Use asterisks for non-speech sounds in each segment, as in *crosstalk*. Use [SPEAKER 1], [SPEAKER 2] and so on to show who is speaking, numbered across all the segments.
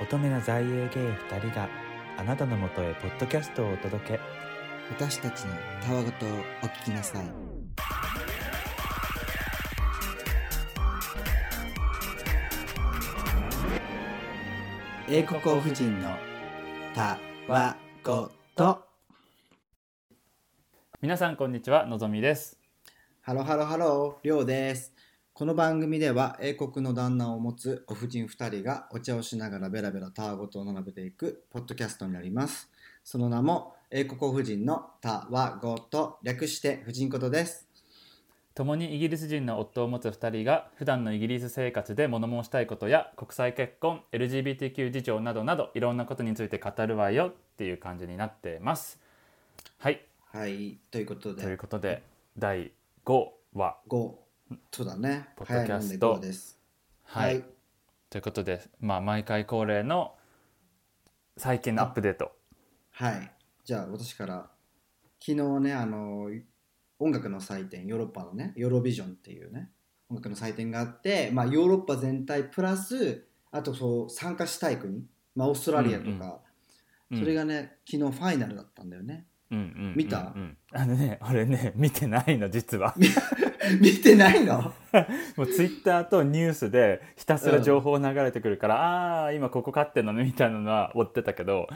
[SPEAKER 1] 乙女な在英ゲイ2人があなたのもとへポッドキャストをお届け
[SPEAKER 2] 私たちのたわごとをお聞きなさい英国王夫人のたわごと
[SPEAKER 3] 皆さんこんにちはのぞみです
[SPEAKER 2] ハロハロハローりょうですこの番組では英国の旦那を持つお婦人2人がお茶をしながらベラベラたわごとを並べていくポッドキャストになりますその名も英国お婦人のたわごと略して婦人ことです
[SPEAKER 3] 共にイギリス人の夫を持つ2人が普段のイギリス生活で物申したいことや国際結婚 LGBTQ 事情などなどいろんなことについて語るわよっていう感じになってますはい
[SPEAKER 2] はいということ
[SPEAKER 3] という
[SPEAKER 2] で
[SPEAKER 3] ことで第5話
[SPEAKER 2] 5そうだね
[SPEAKER 3] ポッ
[SPEAKER 2] 早
[SPEAKER 3] ド
[SPEAKER 2] い
[SPEAKER 3] キ
[SPEAKER 2] も
[SPEAKER 3] ャ
[SPEAKER 2] んで
[SPEAKER 3] スト
[SPEAKER 2] 5です
[SPEAKER 3] はい、ということでまあ毎回恒例の最近のアップデート
[SPEAKER 2] はいじゃあ私から昨日ねあの音楽の祭典ヨーロッパのねヨーロビジョンっていうね音楽の祭典があって、まあ、ヨーロッパ全体プラスあとそう参加したい国、まあ、オーストラリアと
[SPEAKER 3] うん
[SPEAKER 2] か、
[SPEAKER 3] うん
[SPEAKER 2] それがね昨日ファイナルだったんだよね *laughs*
[SPEAKER 3] うんうんうんうん
[SPEAKER 2] 見た
[SPEAKER 3] あのね俺ね見てないの実は
[SPEAKER 2] 見てないの
[SPEAKER 3] もうツイッターとニュースでひたすら情報流れてくるから、ああー今ここ勝ってんのねみたいなのは追ってたけど、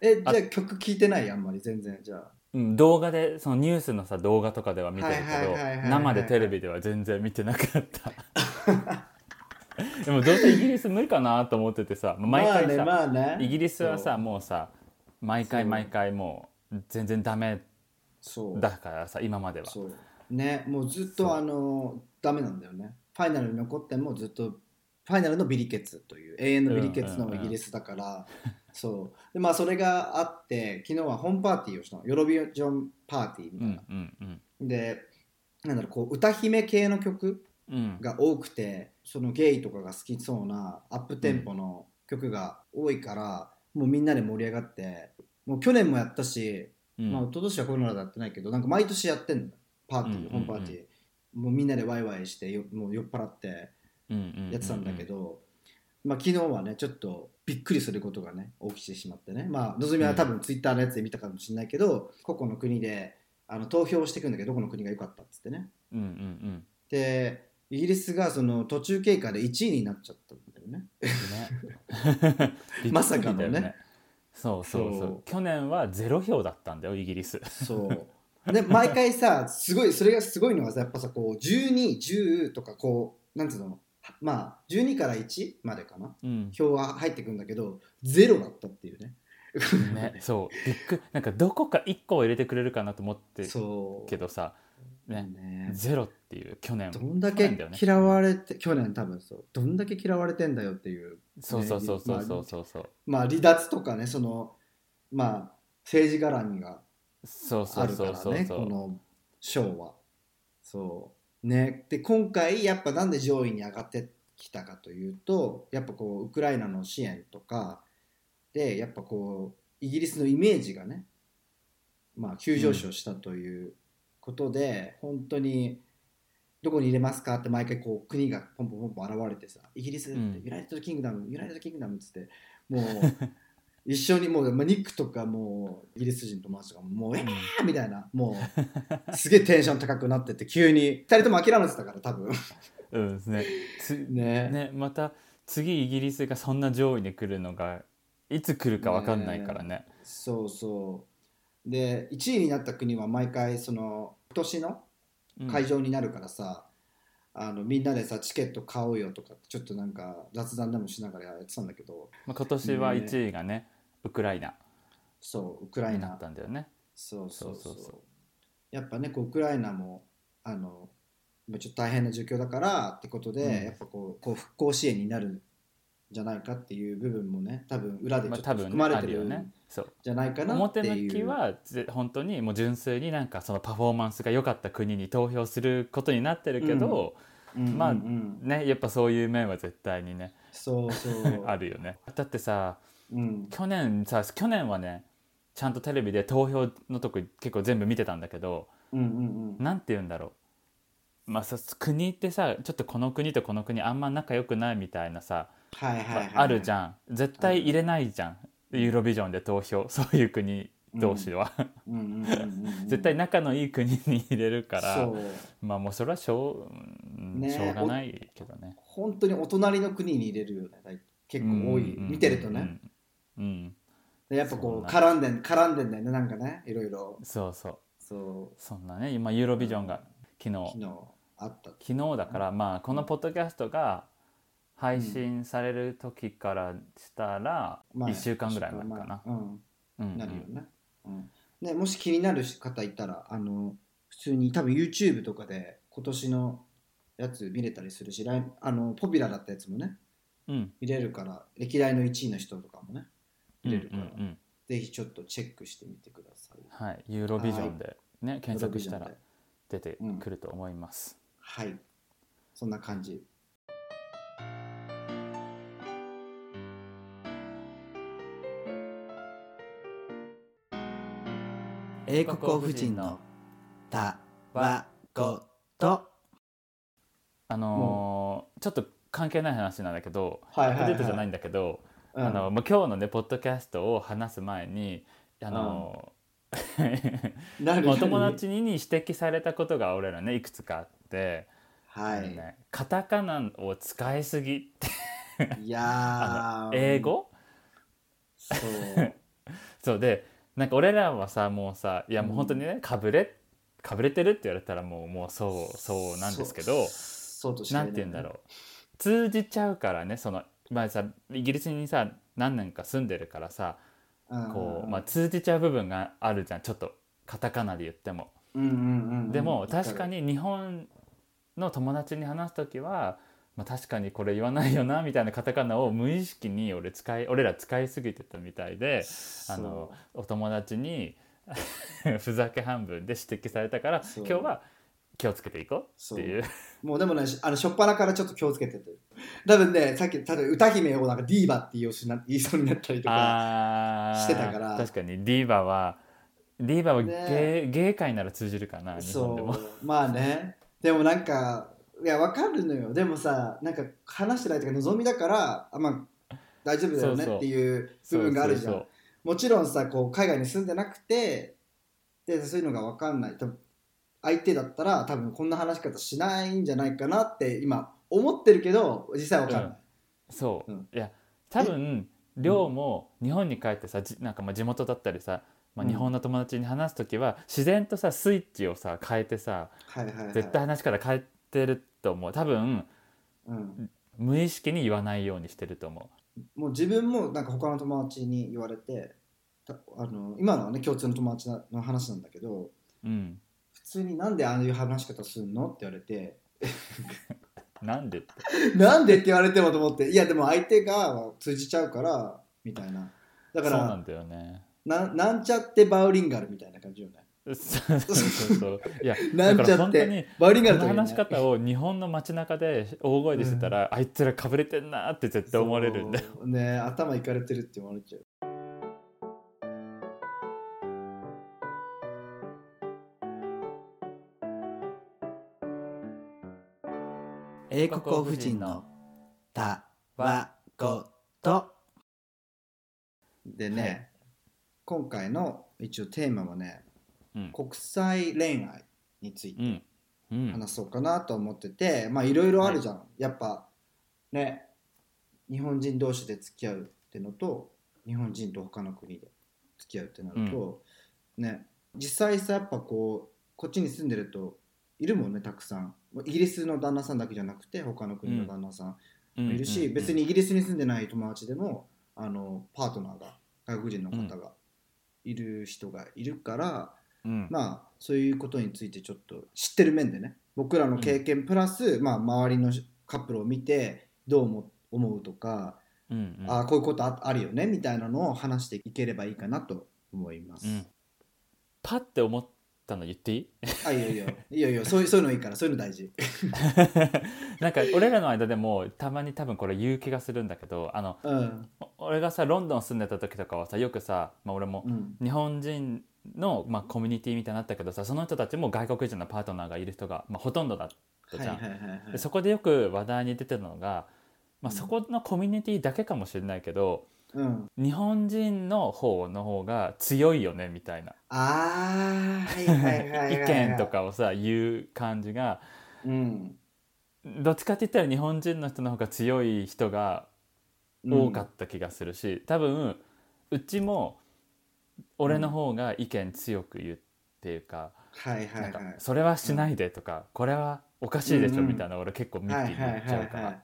[SPEAKER 2] えじゃあ曲聴いてないあんまり全然じゃあ
[SPEAKER 3] うん、動画でそのニュースのさ動画とかでは見てるけ
[SPEAKER 2] はいはいはいはいは
[SPEAKER 3] ど
[SPEAKER 2] い
[SPEAKER 3] 生でテレビでは全然見てなかったでもどうせイギリス無理かなと思っててさ毎回さ、
[SPEAKER 2] まあねまあね
[SPEAKER 3] イギリスは
[SPEAKER 2] そ
[SPEAKER 3] さ
[SPEAKER 2] う
[SPEAKER 3] もうさ毎回
[SPEAKER 2] そう
[SPEAKER 3] 毎回もう全然ダメ
[SPEAKER 2] そう
[SPEAKER 3] だからさ今までは
[SPEAKER 2] そうねもうずっ
[SPEAKER 3] そう
[SPEAKER 2] とあのダメなんだよねファイナルに残ってもずっとファイナルのビリケツという永遠のビリケツ
[SPEAKER 3] うん
[SPEAKER 2] の
[SPEAKER 3] うんう
[SPEAKER 2] イ
[SPEAKER 3] ん
[SPEAKER 2] ギリスだから、そうでまあそれがあって昨日はホームパーティーをしたのヨーロビジョンパーティーみ
[SPEAKER 3] う
[SPEAKER 2] たい
[SPEAKER 3] ん
[SPEAKER 2] な、
[SPEAKER 3] うんうん
[SPEAKER 2] でなんだろうこう歌姫系の曲
[SPEAKER 3] うん
[SPEAKER 2] が多くてそのゲイとかが好きそうなアップテンポの曲が多いから、もうみんなで盛り上がってもう去年もやったし
[SPEAKER 3] うん
[SPEAKER 2] まあ、一昨年はコロナでやってないけどなんか毎年やってんのパーティー、
[SPEAKER 3] うんうんうん
[SPEAKER 2] 本パーティーもうみんなでワイワイしてよもう酔っ払って
[SPEAKER 3] うんうんうん
[SPEAKER 2] やってたんだけど、まあ、昨日はねちょっとびっくりすることがね起きてしまってねまあのぞみは多分ツイッターのやつで見たかもしれないけど、個々の国であの投票していくんだけどどこの国が良かったっつってね
[SPEAKER 3] うんうん
[SPEAKER 2] でイギリスがその途中経過で1位になっちゃったんだよね
[SPEAKER 3] *laughs* ね
[SPEAKER 2] まさかのね
[SPEAKER 3] びっくりだよそうそうそう
[SPEAKER 2] そう
[SPEAKER 3] 去年はゼロ票だったんだよイギリス
[SPEAKER 2] そう。で毎回さすごいそれがすごいのはさやっぱさこう1210とかこうなんつうのまあ12から1までかな
[SPEAKER 3] うん
[SPEAKER 2] 票は入ってくんだけどゼロだったっていうね。
[SPEAKER 3] ねそうびっくりなんかどこか1個を入れてくれるかなと思って
[SPEAKER 2] *laughs* そう。
[SPEAKER 3] けどさね
[SPEAKER 2] ね
[SPEAKER 3] ゼロっていう去年
[SPEAKER 2] どんだ
[SPEAKER 3] 去年
[SPEAKER 2] け
[SPEAKER 3] だよね
[SPEAKER 2] 嫌われて、去年多分そうどんだけ嫌われてんだよっていう
[SPEAKER 3] そうそうそうそうそうそうそう
[SPEAKER 2] まあ離脱とかねそのまあ政治絡みが
[SPEAKER 3] そうそ
[SPEAKER 2] あ
[SPEAKER 3] う
[SPEAKER 2] るか
[SPEAKER 3] そ
[SPEAKER 2] ら
[SPEAKER 3] う
[SPEAKER 2] ね
[SPEAKER 3] そうそ
[SPEAKER 2] こ
[SPEAKER 3] う
[SPEAKER 2] の賞は。そうね、で今回やっぱなんで上位に上がってきたかというとやっぱこうウクライナの支援とかでやっぱこうイギリスのイメージがね、まあ、急上昇したということで、本当にどこに入れますかって毎回こう国がポンポンポンポン現れてさイギリスって
[SPEAKER 3] うん
[SPEAKER 2] ユナイテッドキングダム、ユナイテッドキングダムっつって
[SPEAKER 3] *laughs*
[SPEAKER 2] もう一緒にもう、まあ、ニックとかもうイギリス人友達とかももう「え
[SPEAKER 3] うん
[SPEAKER 2] ー!」みたいなもうすげえテンション高くなってって急に2人とも諦めてたから多分
[SPEAKER 3] うんねつ
[SPEAKER 2] ね
[SPEAKER 3] *laughs* ねまた次イギリスがそんな上位に来るのがいつ来るかわかんないからね
[SPEAKER 2] そうそうで1位になった国は毎回その今年の
[SPEAKER 3] うん
[SPEAKER 2] 会場になるからさ、あのみんなでさチケット買おうよとかちょっとなんか雑談でもしながらやってたんだけど
[SPEAKER 3] まあ今年は1位がねウクライナ
[SPEAKER 2] そうウクライ
[SPEAKER 3] にな
[SPEAKER 2] ナ
[SPEAKER 3] ったんだよね
[SPEAKER 2] そうそうそう
[SPEAKER 3] そうそうそ
[SPEAKER 2] やっぱねこうウクライナもあのまあちょっと大変な状況だからってことで、
[SPEAKER 3] うん
[SPEAKER 2] やっぱこうこう復興支援になるんじゃないかっていう部分もね多分裏でちょ
[SPEAKER 3] まあ
[SPEAKER 2] っと
[SPEAKER 3] 多分
[SPEAKER 2] 含
[SPEAKER 3] ね
[SPEAKER 2] まれ
[SPEAKER 3] あ
[SPEAKER 2] て
[SPEAKER 3] る
[SPEAKER 2] る
[SPEAKER 3] よね
[SPEAKER 2] ん
[SPEAKER 3] そう
[SPEAKER 2] じゃないかなって
[SPEAKER 3] 表
[SPEAKER 2] いう
[SPEAKER 3] 向きはぜ本当にもう純粋になんかそのパフォーマンスが良かった国に投票することになってるけど、
[SPEAKER 2] うんうんうん
[SPEAKER 3] まあねやっぱそういう面は絶対にね
[SPEAKER 2] そうそう
[SPEAKER 3] *laughs* あるよねだってさ
[SPEAKER 2] うん
[SPEAKER 3] 去年さ去年はねちゃんとテレビで投票のとこ結構全部見てたんだけど
[SPEAKER 2] うんうんうん
[SPEAKER 3] なんて言うんだろうまあさ国ってさちょっとこの国とこの国あんま仲良くないみたいなさ
[SPEAKER 2] はいはいはい、
[SPEAKER 3] あるじ
[SPEAKER 2] ん。
[SPEAKER 3] ゃん絶対入れないじゃんユーロビジョンで投票そういう国同士は、
[SPEAKER 2] うんうんうんうんうん、
[SPEAKER 3] 絶対仲のいい国に入れるから、
[SPEAKER 2] そう
[SPEAKER 3] まあもうそれはしょう,うん、
[SPEAKER 2] ねえ
[SPEAKER 3] しょうがないけどね
[SPEAKER 2] 本当にお隣の国に入れるよね大結構多い、
[SPEAKER 3] うん
[SPEAKER 2] 見てるとね、
[SPEAKER 3] うん、うん
[SPEAKER 2] でやっぱこう
[SPEAKER 3] そう
[SPEAKER 2] 絡んでん絡んでんだよねなんかねいろいろ
[SPEAKER 3] そうそう
[SPEAKER 2] そう
[SPEAKER 3] そんなね今ユーロビジョンが昨日
[SPEAKER 2] 昨日あった
[SPEAKER 3] 昨日だから、まあこのポッドキャストが配信される時からしたら、
[SPEAKER 2] まあ
[SPEAKER 3] 1週間ぐらい前かな、
[SPEAKER 2] うん
[SPEAKER 3] うんうん
[SPEAKER 2] なるよね,、うんねもし気になる方いたらあの普通に多分 YouTube とかで今年のやつ見れたりするし来あのポピュラーだったやつもね
[SPEAKER 3] うん
[SPEAKER 2] 見れるから歴代の1位の人とかもね見れる
[SPEAKER 3] う
[SPEAKER 2] か
[SPEAKER 3] んう
[SPEAKER 2] ら、
[SPEAKER 3] んうん
[SPEAKER 2] ぜひちょっとチェックしてみてください
[SPEAKER 3] はいユーロビジョンでね検索したら出てくると思います、
[SPEAKER 2] はいそんな感じ英
[SPEAKER 3] 国王夫人の
[SPEAKER 2] た
[SPEAKER 3] わ
[SPEAKER 2] こと
[SPEAKER 3] あのーちょっと関係ない話なんだけど
[SPEAKER 2] はい
[SPEAKER 3] ア
[SPEAKER 2] はい
[SPEAKER 3] ッ
[SPEAKER 2] はい
[SPEAKER 3] プデートじゃないんだけど、あのもう今日のねポッドキャストを話す前にあの、 *laughs*
[SPEAKER 2] なる
[SPEAKER 3] お友達に指摘されたことが俺らねいくつかあって、
[SPEAKER 2] *laughs* は
[SPEAKER 3] あの
[SPEAKER 2] い、
[SPEAKER 3] ねカタカナを使いすぎって
[SPEAKER 2] いやー
[SPEAKER 3] 英語
[SPEAKER 2] そう
[SPEAKER 3] そうでなんか俺らはさもうさいやもう本当にね、かぶれかぶれてるって言われたらもうもうそうそうなんですけど
[SPEAKER 2] そうとしか
[SPEAKER 3] な
[SPEAKER 2] 言え
[SPEAKER 3] んて
[SPEAKER 2] い
[SPEAKER 3] 言うんだろう通じちゃうからねそのまあさイギリスにさ何年か住んでるからさ
[SPEAKER 2] うん
[SPEAKER 3] こう、まあ、通じちゃう部分があるじゃんちょっとカタカナで言っても。
[SPEAKER 2] うんうんうんうん
[SPEAKER 3] でも確かに日本の友達に話す時は、まあ、確かにこれ言わないよなみたいなカタカナを無意識に俺使い俺ら使いすぎてたみたいで
[SPEAKER 2] そう
[SPEAKER 3] あのお友達に *laughs* ふざけ半分で指摘されたから
[SPEAKER 2] そう
[SPEAKER 3] 今日は気をつけていこうっていう
[SPEAKER 2] もうでもね、あの、しょっぱなからちょっと気をつけてて。多分ね、さっき、ただ歌姫をなんかディーバって言いようしな言いそうになったりとか。
[SPEAKER 3] あー
[SPEAKER 2] してたから
[SPEAKER 3] 確かにディーバはディーバはゲ
[SPEAKER 2] ね
[SPEAKER 3] ー芸界なら通じるかな日本でも。
[SPEAKER 2] そう。まあね。でもなんか、いや、わかるのよ。でもさ、なんか話してないとか、望みだから、あまあ、大丈夫だよね
[SPEAKER 3] そうそう
[SPEAKER 2] っていう部分があるじゃ。
[SPEAKER 3] *laughs* そうんそう
[SPEAKER 2] もちろんさ、こう、海外に住んでなくて、で、そういうのがわかんない。多分相手だったら、多分こんな話し方しないんじゃないかなって、今、思ってるけど、実際わかんない。
[SPEAKER 3] そう、
[SPEAKER 2] うん
[SPEAKER 3] いや多分亮も日本に帰ってさじなんかまあ地元だったりさ、まあ、
[SPEAKER 2] うん
[SPEAKER 3] 日本の友達に話す時は、自然とさスイッチをさ変えてさ
[SPEAKER 2] はいはいはい。
[SPEAKER 3] 絶対話から変えてると思う多分
[SPEAKER 2] うん
[SPEAKER 3] 無意識に言わないようにしてると思
[SPEAKER 2] もう自分もなんか他の友達に言われてたあの今のはね共通の友達の話なんだけど
[SPEAKER 3] う、うん、
[SPEAKER 2] 普通になんでああいう話し方すんのって言われて *laughs*
[SPEAKER 3] なんでって
[SPEAKER 2] なんでって言われてもと思っていやでも相手が通じちゃうからみたいなだか
[SPEAKER 3] そうな
[SPEAKER 2] ら
[SPEAKER 3] んだよね *laughs*
[SPEAKER 2] ななんちゃってバウリンガルみたいな感じよね
[SPEAKER 3] そうそうそうそういや
[SPEAKER 2] *laughs* なんち
[SPEAKER 3] だ
[SPEAKER 2] ゃ
[SPEAKER 3] から
[SPEAKER 2] っ
[SPEAKER 3] 本当に
[SPEAKER 2] てバウリン
[SPEAKER 3] こ
[SPEAKER 2] ガルとか言う
[SPEAKER 3] の
[SPEAKER 2] ね
[SPEAKER 3] 話し方を日本の街中で大声でしてたら、あいつらかぶれてんなーって絶対思われるんで
[SPEAKER 2] そうね頭いかれてるって思われちゃう英
[SPEAKER 3] 国王夫人の
[SPEAKER 2] た
[SPEAKER 3] わ
[SPEAKER 2] ことでね、今回の一応テーマはね
[SPEAKER 3] うん
[SPEAKER 2] 国際恋愛について
[SPEAKER 3] うんうん
[SPEAKER 2] 話そうかなと思ってて、まあいろいろあるじゃん、やっぱね日本人同士で付き合うってのと日本人と他の国で付き合うってなると、ね実際さやっぱこうこっちに住んでるといるもんねたくさんイギリスの旦那さんだけじゃなくて他の国の旦那さん
[SPEAKER 3] うん
[SPEAKER 2] もいるし、
[SPEAKER 3] うんうん
[SPEAKER 2] 別にイギリスに住んでない友達でもあのパートナーが外国人の方がいる人がいるから、
[SPEAKER 3] うん
[SPEAKER 2] まあそういうことについてちょっと知ってる面でね僕らの経験プラス、まあ、周りのカップルを見てどう思思うとか、
[SPEAKER 3] うんうん
[SPEAKER 2] ああこういうことああるよねみたいなのを話していければいいかなと思います。
[SPEAKER 3] うんパッて思ったの言っていい *laughs*
[SPEAKER 2] あいいよいいよいいよいいよそういうそういうのいいからそういうの大事。
[SPEAKER 3] なんか俺らの間でもたまに多分これ言う気がするんだけどあの
[SPEAKER 2] うん
[SPEAKER 3] お俺がさロンドン住んでた時とかはさよくさ、まあ、俺も
[SPEAKER 2] うん
[SPEAKER 3] 日本人の、まあ、コミュニティみたいになったけどさその人たちも外国人のパートナーがいる人が、まあ、ほとんどだった
[SPEAKER 2] はい
[SPEAKER 3] じゃ
[SPEAKER 2] は
[SPEAKER 3] ん、
[SPEAKER 2] いはいはい
[SPEAKER 3] でそこでよく話題に出てたのがまあ、
[SPEAKER 2] うん
[SPEAKER 3] そこのコミュニティだけかもしれないけど、
[SPEAKER 2] うん、
[SPEAKER 3] 日本人の方の方が強いよねみたいな
[SPEAKER 2] あーはいはい *laughs* はいはい、
[SPEAKER 3] 意見と、かをさ言う感じが
[SPEAKER 2] うん、
[SPEAKER 3] どっちかって言ったら日本人の人の方が強い人が多かった気がするし、多分うちも俺の方が意見強く言うっていうか、
[SPEAKER 2] た、はいはいは
[SPEAKER 3] ないんかそれはしないでとか、これはおかしいでしょ
[SPEAKER 2] うんうん
[SPEAKER 3] みたいな、俺結構ミッキーに言っちゃ
[SPEAKER 2] はい
[SPEAKER 3] うから、
[SPEAKER 2] はいはいはい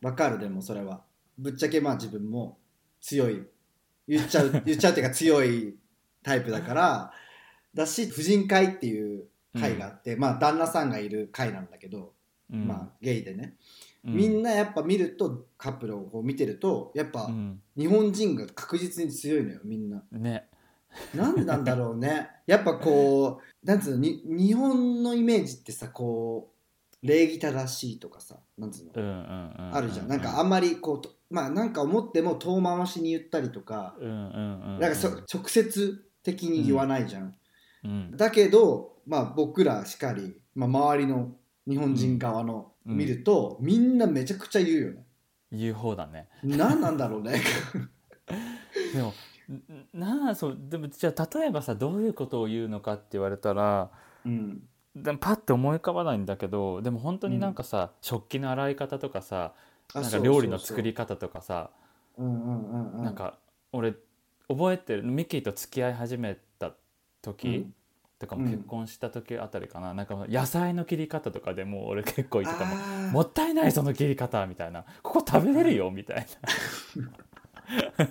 [SPEAKER 2] わかるでもそれはぶっちゃけまあ自分も強い言っちゃ
[SPEAKER 3] *laughs*
[SPEAKER 2] う言っちゃうっていうか強いタイプだからだし婦人会っていう会があって、まあ旦那さんがいる会なんだけど、
[SPEAKER 3] うん
[SPEAKER 2] まあゲイでね、
[SPEAKER 3] う
[SPEAKER 2] みんなやっぱ見るとカップルをこう見てるとやっぱ
[SPEAKER 3] うん
[SPEAKER 2] 日本人が確実に強いのよみんな
[SPEAKER 3] ね
[SPEAKER 2] なんでなんだろうね *laughs* やっぱこうなんつうのに日本のイメージってさこう礼儀正しいとかさなんつうの
[SPEAKER 3] うんうんうんうん
[SPEAKER 2] あるじゃんなんかあんまりこうとまあなんか思っても遠回しに言ったりとか
[SPEAKER 3] うんうんうん
[SPEAKER 2] なんかそ直接的に言わないじゃん、
[SPEAKER 3] うん
[SPEAKER 2] だけどまあ僕らしかり、まあ、周りの日本人側の
[SPEAKER 3] うん
[SPEAKER 2] 見ると、みんなめちゃくちゃ言うよね
[SPEAKER 3] 言う方だね
[SPEAKER 2] 何なんだろう
[SPEAKER 3] *laughs*
[SPEAKER 2] ね
[SPEAKER 3] でもななあそうでもじゃあ例えばさどういうことを言うのかって言われたら
[SPEAKER 2] うん
[SPEAKER 3] でもパッて思い浮かばないんだけどでも本当になんかさ、食器の洗い方とかさ
[SPEAKER 2] あ
[SPEAKER 3] なん
[SPEAKER 2] そ
[SPEAKER 3] か
[SPEAKER 2] う
[SPEAKER 3] 料理の作
[SPEAKER 2] そ
[SPEAKER 3] り方とかさ
[SPEAKER 2] うそううんうんうんうん
[SPEAKER 3] なんか俺覚えてるミッキーと付き合い始めた時、
[SPEAKER 2] うん
[SPEAKER 3] とか
[SPEAKER 2] う
[SPEAKER 3] も
[SPEAKER 2] ん
[SPEAKER 3] 結婚した時あたりかな、なんか野菜の切り方とかでもう俺結構言ってたもん
[SPEAKER 2] あー
[SPEAKER 3] もったいないその切り方みたいなここ食べれるよみたいな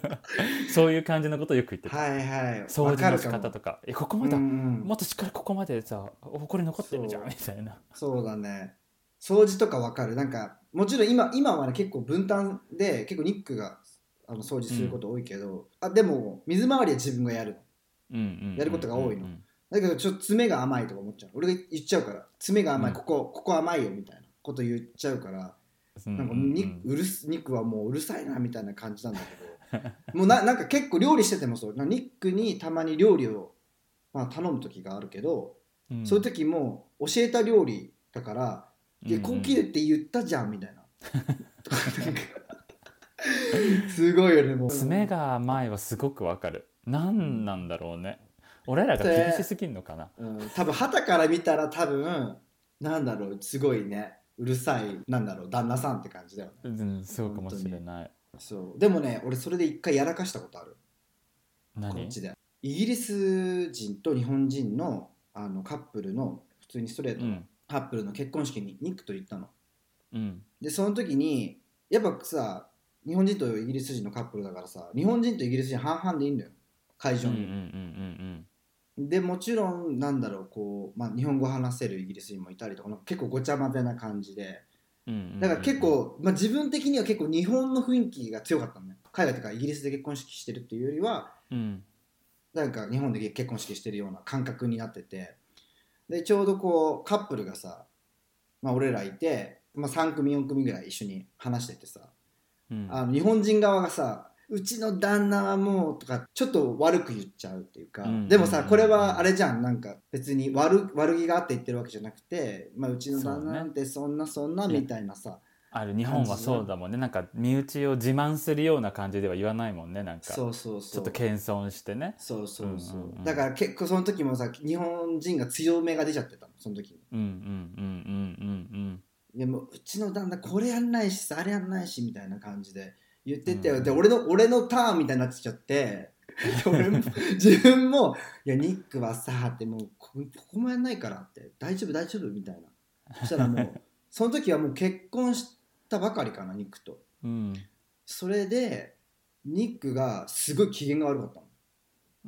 [SPEAKER 3] そういう感じのことをよく言ってた
[SPEAKER 2] はいはい
[SPEAKER 3] 掃除の仕方と
[SPEAKER 2] か
[SPEAKER 3] かえここ
[SPEAKER 2] るかも
[SPEAKER 3] まだ、
[SPEAKER 2] うんうん
[SPEAKER 3] もっとしっかりここまでさおこり残ってるじゃん
[SPEAKER 2] そう
[SPEAKER 3] みたいな
[SPEAKER 2] そうだね掃除とかわかるなんかもちろん今今はね結構分担で結構ニックがあの掃除すること多いけど、あでも水回りは自分がやる
[SPEAKER 3] うんうんうんうん
[SPEAKER 2] やることが多いの
[SPEAKER 3] うん
[SPEAKER 2] だけどちょっと爪が甘いとか思っちゃう俺が言っちゃうから爪が甘い、
[SPEAKER 3] うん
[SPEAKER 2] ここここ甘いよみたいなこと言っちゃうから
[SPEAKER 3] うん
[SPEAKER 2] なんか
[SPEAKER 3] うん
[SPEAKER 2] ニックうるすニックはもううるさいなみたいな感じなんだけ
[SPEAKER 3] *laughs*
[SPEAKER 2] どもうななんか結構料理しててもそうなニックにたまに料理を、まあ、頼む時があるけど、
[SPEAKER 3] うん
[SPEAKER 2] そういう時も教えた料理だからで、こう切るって言ったじゃんみたいな。 *laughs* すごいよね、もう。
[SPEAKER 3] 爪が甘いはすごくわかる何なんだろうね俺らが厳しすぎんのかな
[SPEAKER 2] うん、多分、旗から見たら多分、なんだろう、すごいね、うるさい、なんだろう、旦那さんって感じだよね。
[SPEAKER 3] うんそうかもしれない
[SPEAKER 2] そう。でもね、俺それで一回やらかしたことある。こ
[SPEAKER 3] 何
[SPEAKER 2] っちで。イギリス人と日本人のあのカップルの、普通にストレー
[SPEAKER 3] う
[SPEAKER 2] トの
[SPEAKER 3] ん
[SPEAKER 2] カップルの結婚式にニックと行ったの。
[SPEAKER 3] うん
[SPEAKER 2] でその時にやっぱさ日本人とイギリス人のカップルだからさ日本人とイギリス人半々でいいんだよ会
[SPEAKER 3] うん
[SPEAKER 2] 場
[SPEAKER 3] うんうんう
[SPEAKER 2] に、
[SPEAKER 3] ん
[SPEAKER 2] でもちろんなんだろうこう、まあ、日本語話せるイギリス人もいたりとかなんか結構ごちゃ混ぜな感じで
[SPEAKER 3] うんうん
[SPEAKER 2] だから結構、まあ、自分的には結構日本の雰囲気が強かったのね海外とかイギリスで結婚式してるっていうよりは
[SPEAKER 3] うん
[SPEAKER 2] なんか日本で結婚式してるような感覚になっててでちょうどこうカップルがさ、まあ、俺らいて、まあ、3組4組ぐらい一緒に話しててさ
[SPEAKER 3] うん
[SPEAKER 2] あの日本人側がさうちの旦那はもうとかちょっと悪く言っちゃうっていうか、
[SPEAKER 3] うん
[SPEAKER 2] でもさこれはあれじゃんなんか別に悪悪気があって言ってるわけじゃなくて、まあ、うちの旦那なんてそんなそんなみたいなさ
[SPEAKER 3] ある日本はそうだもんねなんか身内を自慢するような感じでは言わないもんねなんかち
[SPEAKER 2] そう,、そうそう
[SPEAKER 3] ょっと謙遜してね
[SPEAKER 2] そうそうそう、
[SPEAKER 3] うんうんうん
[SPEAKER 2] だから結構その時もさ日本人が強めが出ちゃってたのその時に
[SPEAKER 3] うんうんうんうん
[SPEAKER 2] でもううちの旦那これやんないしさあれやんないしみたいな感じで言ってて、
[SPEAKER 3] うん
[SPEAKER 2] で俺の俺のターンみたいになってきちゃってで俺も *laughs* 自分も「いやニックはさ」ってもうこここもやんないからって大丈夫大丈夫みたいなそしたらも
[SPEAKER 3] *laughs*
[SPEAKER 2] うその時はもう結婚したばかりかなニックと
[SPEAKER 3] うん
[SPEAKER 2] それでニックがすごい機嫌が悪かったの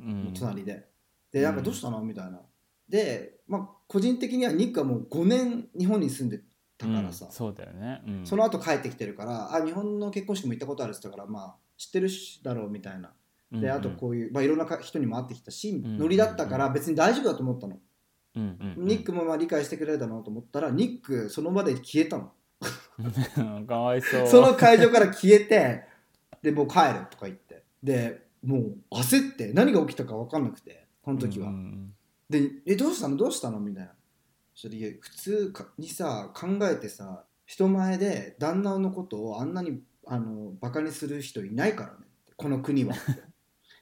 [SPEAKER 3] うんうん
[SPEAKER 2] もう隣で。で、なんかどうしたのみたいな。で、まあ、個人的にはニックはもう5年日本に住んでたからさ、
[SPEAKER 3] うんそうだよねうん
[SPEAKER 2] その後帰ってきてるから、あ、日本の結婚式も行ったことあるって言ったから、まあ、知ってるしだろうみたいな。
[SPEAKER 3] うん
[SPEAKER 2] で、あとこういう、まあ、いろんなか人にも会ってきたし、
[SPEAKER 3] ん
[SPEAKER 2] ノリだったから別に大丈夫だと思ったの。
[SPEAKER 3] うんうんうん
[SPEAKER 2] ニックもまあ理解してくれるだろうと思ったら、ニックその場で消えたの。
[SPEAKER 3] *laughs* かわいそう
[SPEAKER 2] その会場から消えて、で、もう帰るとか言って。で、もう焦って、何が起きたか分かんなくて、その時は。
[SPEAKER 3] うんうん
[SPEAKER 2] で「えどうしたのどうしたの?」みたいなそれいや普通かにさ考えてさ「人前で旦那のことをあんなにあのバカにする人いないからねってこの国はって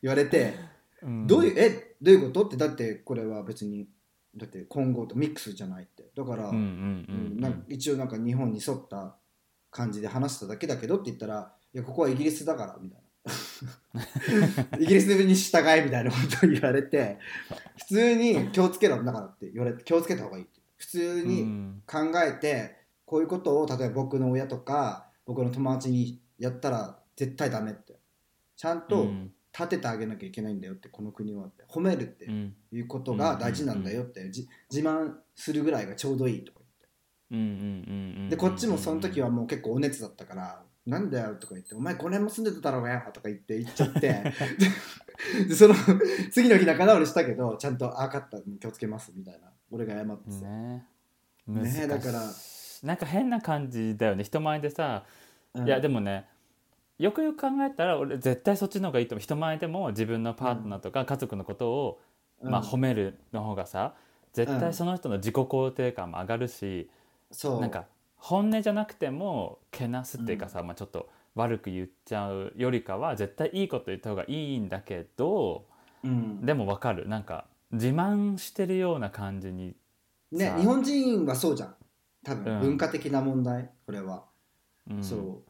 [SPEAKER 2] 言われて
[SPEAKER 3] うん
[SPEAKER 2] どういうえどういうことってだってこれは別にだって混合とミックスじゃないってだから、
[SPEAKER 3] うんうんう
[SPEAKER 2] うん
[SPEAKER 3] ん
[SPEAKER 2] なんか一応なんか日本に沿った感じで話しただけだけどって言ったら「いやここはイギリスだから」みたい *laughs* なイギリスに従えみたいなことを言われて普通に気をつけろだからって言われて気をつけた方がいいって普通
[SPEAKER 3] う
[SPEAKER 2] に
[SPEAKER 3] ん
[SPEAKER 2] 考えてこういうことを例えば僕の親とか僕の友達にやったら絶対ダメってちゃん
[SPEAKER 3] う
[SPEAKER 2] と
[SPEAKER 3] ん
[SPEAKER 2] 立ててあげなきゃいけないんだよってこの国はって褒めるって
[SPEAKER 3] うん
[SPEAKER 2] いうことが大事なんだよってじ自慢するぐらいがちょうどいいとか言って。
[SPEAKER 3] うんうんうんうん
[SPEAKER 2] でこっちもその時はもう結構お熱だったから「なんだよ」とか言って「お前5年も住んでただろうがよ」とか言って言っちゃって
[SPEAKER 3] *laughs*
[SPEAKER 2] でその次の日仲直りしたけどちゃんと「あ分かった気をつけます」みたいな俺が謝ってて、
[SPEAKER 3] ね
[SPEAKER 2] ねえだから
[SPEAKER 3] 難しいなんか変な感じだよね人前でさ、
[SPEAKER 2] うん
[SPEAKER 3] いやでもねよくよく考えたら俺絶対そっちの方がいいと思う人前でも自分のパートナーとか家族のことを、
[SPEAKER 2] うん
[SPEAKER 3] まあ、褒めるの方がさ絶
[SPEAKER 2] うん
[SPEAKER 3] 対その人の自己肯定感も上がるし、
[SPEAKER 2] そう
[SPEAKER 3] なんか本音じゃなくてもけなすっていうかさ、まあ、ちょっと悪く言っちゃうよりかは絶対いいこと言った方がいいんだけど
[SPEAKER 2] うん
[SPEAKER 3] でもわかるなんか自慢してるような感じに
[SPEAKER 2] ね
[SPEAKER 3] さあ
[SPEAKER 2] 日本人はそうじゃん多分、
[SPEAKER 3] うん
[SPEAKER 2] 文化的な問題これは、
[SPEAKER 3] うん
[SPEAKER 2] そう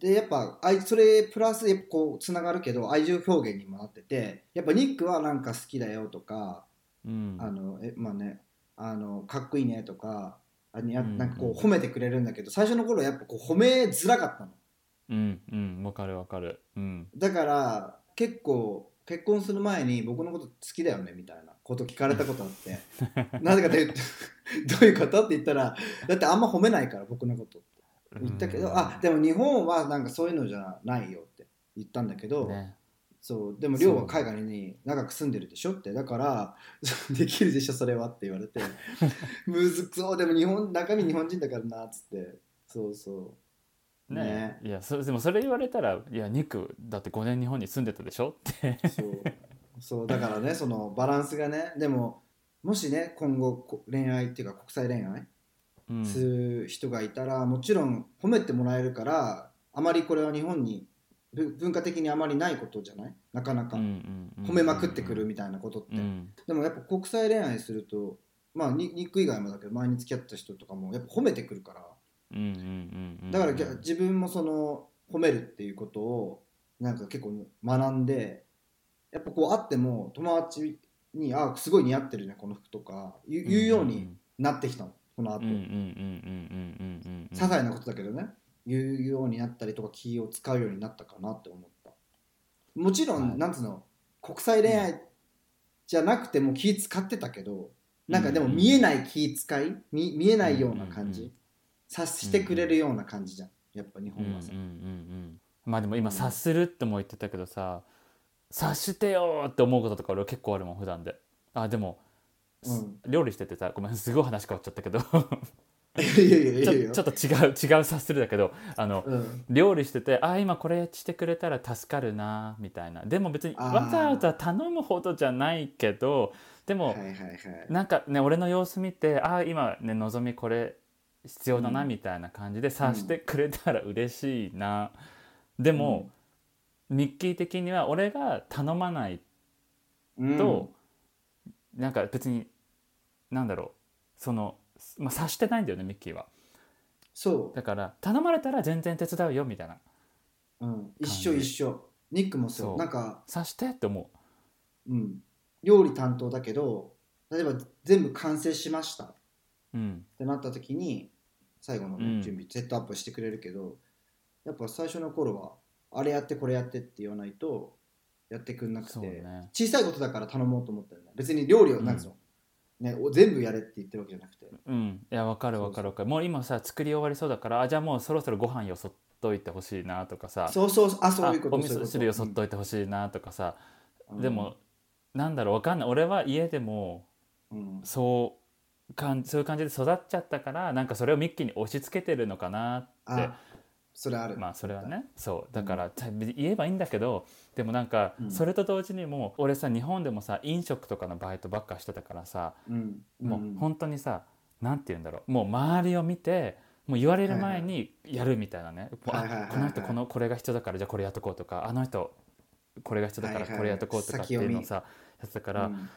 [SPEAKER 2] でやっぱあいそれプラスやっぱこうつながるけど愛情表現にもなっててやっぱニックはなんか好きだよとか
[SPEAKER 3] うん
[SPEAKER 2] あのえまあねあのかっこいいねとかあにや
[SPEAKER 3] うんうん
[SPEAKER 2] なんかこう褒めてくれるんだけど最初の頃はやっぱこう褒めづらかったの
[SPEAKER 3] うんうんわかるわかるうん
[SPEAKER 2] だから結構結婚する前に僕のこと好きだよねみたいなこと聞かれたことあって
[SPEAKER 3] *laughs*
[SPEAKER 2] なぜかと *laughs* いうとどういうことって言ったらだってあんま褒めないから僕のことって言ったけど、
[SPEAKER 3] うん
[SPEAKER 2] あでも日本はなんかそういうのじゃないよって言ったんだけど、
[SPEAKER 3] ね
[SPEAKER 2] そうでも亮は海外に長く住んでるでしょってだから *laughs* できるでしょそれはって言われ
[SPEAKER 3] *laughs*
[SPEAKER 2] てむずくそうでも日本中身日本人だからなっつってそうそう
[SPEAKER 3] ね
[SPEAKER 2] ね
[SPEAKER 3] いやそでもそれ言われたら「いやニックだって5年日本に住んでたでしょ?」って
[SPEAKER 2] そうそうだからねそのバランスがねでももしね今後こ恋愛っていうか国際恋愛
[SPEAKER 3] うん
[SPEAKER 2] する人がいたら、もちろん褒めてもらえるからあまりこれは日本にぶ文化的にあまりないことじゃないなかなか
[SPEAKER 3] うんうんうん
[SPEAKER 2] 褒めまくってくるみたいなことって。
[SPEAKER 3] うん
[SPEAKER 2] でもやっぱ国際恋愛するとまあにニック以外もだけど前に付き合った人とかもやっぱ褒めてくるから
[SPEAKER 3] うんうんうんうん
[SPEAKER 2] だからぎゃ自分もその褒めるっていうことをなんか結構学んでやっぱこう会っても友達に「あすごい似合ってるねこの服」とか言う言うようになってきたのこの後、
[SPEAKER 3] うんうんうんうんうんうんうんうん
[SPEAKER 2] 些細なことだけどね言うようになったりとか気を使うようになったかなって思ったもちろん、
[SPEAKER 3] はい
[SPEAKER 2] なんつうの国際恋愛じゃなくても気使ってたけどなんかでも
[SPEAKER 3] うん
[SPEAKER 2] 見えない気使い見見えないような感
[SPEAKER 3] うんうん
[SPEAKER 2] じ察してくれるような感じじゃんやっぱ日
[SPEAKER 3] うんう
[SPEAKER 2] 本
[SPEAKER 3] んうん
[SPEAKER 2] はさ、
[SPEAKER 3] うんまあでも今察するっても言ってたけどさ察してよーって思うこととか俺結構あるもん普段であでも
[SPEAKER 2] うん
[SPEAKER 3] 料理しててさごめんすごい話変わっちゃったけ *laughs* どち
[SPEAKER 2] *laughs* いやいやいやいや
[SPEAKER 3] ょちょっと違う違う察するだけどあの
[SPEAKER 2] うん
[SPEAKER 3] 料理してて「あー今これしてくれたら助かるな」みたいなでも別に
[SPEAKER 2] あー
[SPEAKER 3] わざわざ頼むほどじゃないけどでも、
[SPEAKER 2] はいはいはい
[SPEAKER 3] なんかね俺の様子見て「あー今ねのぞみこれ必要だな」
[SPEAKER 2] うん
[SPEAKER 3] みたいな感じで察してくれたら嬉しいな、でも、ミッキー的には俺が頼まない
[SPEAKER 2] うん
[SPEAKER 3] と、なんか別になんだろうその、まあ、察してないんだよねミッキーは
[SPEAKER 2] そ
[SPEAKER 3] だから頼まれたら全然手伝うよみたいな
[SPEAKER 2] う、うん、一緒
[SPEAKER 3] 感
[SPEAKER 2] 一
[SPEAKER 3] じ
[SPEAKER 2] 緒ニックもそう
[SPEAKER 3] そう
[SPEAKER 2] なんか、
[SPEAKER 3] 察してって思う
[SPEAKER 2] うん、料理担当だけど例えば全部完成しました
[SPEAKER 3] うん、
[SPEAKER 2] ってなった時に最後のね、
[SPEAKER 3] うん
[SPEAKER 2] 準備セットアップしてくれるけどやっぱ最初の頃はあれやってこれやってって言わないとやってくんなくて、
[SPEAKER 3] そうね
[SPEAKER 2] 小さいことだから頼もうと思ったよね別に料理を
[SPEAKER 3] うん
[SPEAKER 2] なんつうの、ね、お全部やれって言ってるわけじゃなくて
[SPEAKER 3] うん、いやわかるわかるわかるもう今さ作り終わりそうだからあじゃあもうそろそろご飯よそっといてほしいなとかさ
[SPEAKER 2] そうそうあそう
[SPEAKER 3] あ
[SPEAKER 2] いうこと
[SPEAKER 3] お味
[SPEAKER 2] そういう
[SPEAKER 3] 噌
[SPEAKER 2] こと
[SPEAKER 3] 汁よそっといてほしいなとかさ、
[SPEAKER 2] うん
[SPEAKER 3] でもなんだろうわかんない俺は家でも
[SPEAKER 2] うん
[SPEAKER 3] そうかんそういう感じで育っちゃったからなんかそれをミッキーに押し付けてるのかなって
[SPEAKER 2] あそれある、
[SPEAKER 3] まあそれはねそうだから、た別に言えばいいんだけどでもなんか
[SPEAKER 2] うん
[SPEAKER 3] それと同時にもう俺さ日本でもさ飲食とかのバイトばっかしてたからさ
[SPEAKER 2] うん、
[SPEAKER 3] も
[SPEAKER 2] ん
[SPEAKER 3] う本当にさ、なんて言うんだろうもう周りを見てもう言われる前にやるみたいなね、もう
[SPEAKER 2] はいはいはい
[SPEAKER 3] あ
[SPEAKER 2] はい
[SPEAKER 3] この人このこれが必要だからじゃあこれやっとこうとかあの人これが必要だから
[SPEAKER 2] はいはい
[SPEAKER 3] これやっとこうとかっていうのをさ、やってたから、
[SPEAKER 2] うん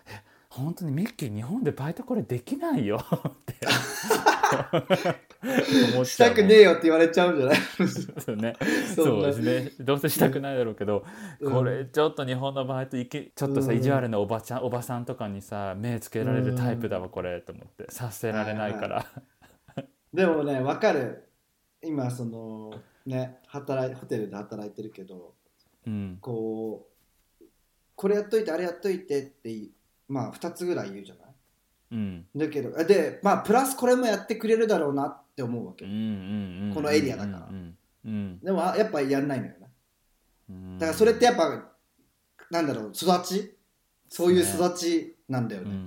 [SPEAKER 3] 本当にミッキー日本でバイトこれできない
[SPEAKER 2] *laughs*
[SPEAKER 3] よって思っ
[SPEAKER 2] し
[SPEAKER 3] ちゃ
[SPEAKER 2] た
[SPEAKER 3] う
[SPEAKER 2] く
[SPEAKER 3] ね
[SPEAKER 2] ねえよって言われちゃうんじゃない
[SPEAKER 3] そうね
[SPEAKER 2] そんな
[SPEAKER 3] そうですねどうせしたくないだろうけど、
[SPEAKER 2] うん
[SPEAKER 3] *laughs* これちょっと日本のバイトいけちょっとさ、
[SPEAKER 2] うん
[SPEAKER 3] 意地悪なおばちゃんおばさんとかにさ目つけられるタイプだわこれと思ってさせられないから、
[SPEAKER 2] でもねわかる今そのね働いホテルで働いてるけど
[SPEAKER 3] うん
[SPEAKER 2] こうこれやっといてあれやっといてっていまあ2つぐらい言うじゃない
[SPEAKER 3] うん
[SPEAKER 2] だけどでまあプラスこれもやってくれるだろうなって思うわけ、
[SPEAKER 3] うんうんうん
[SPEAKER 2] このエリアだから
[SPEAKER 3] うんうん
[SPEAKER 2] でもあやっぱやんないのよね
[SPEAKER 3] うん
[SPEAKER 2] だからそれってやっぱなんだろう育ちそういう育ちなんだよ
[SPEAKER 3] うんう
[SPEAKER 2] ね、
[SPEAKER 3] んう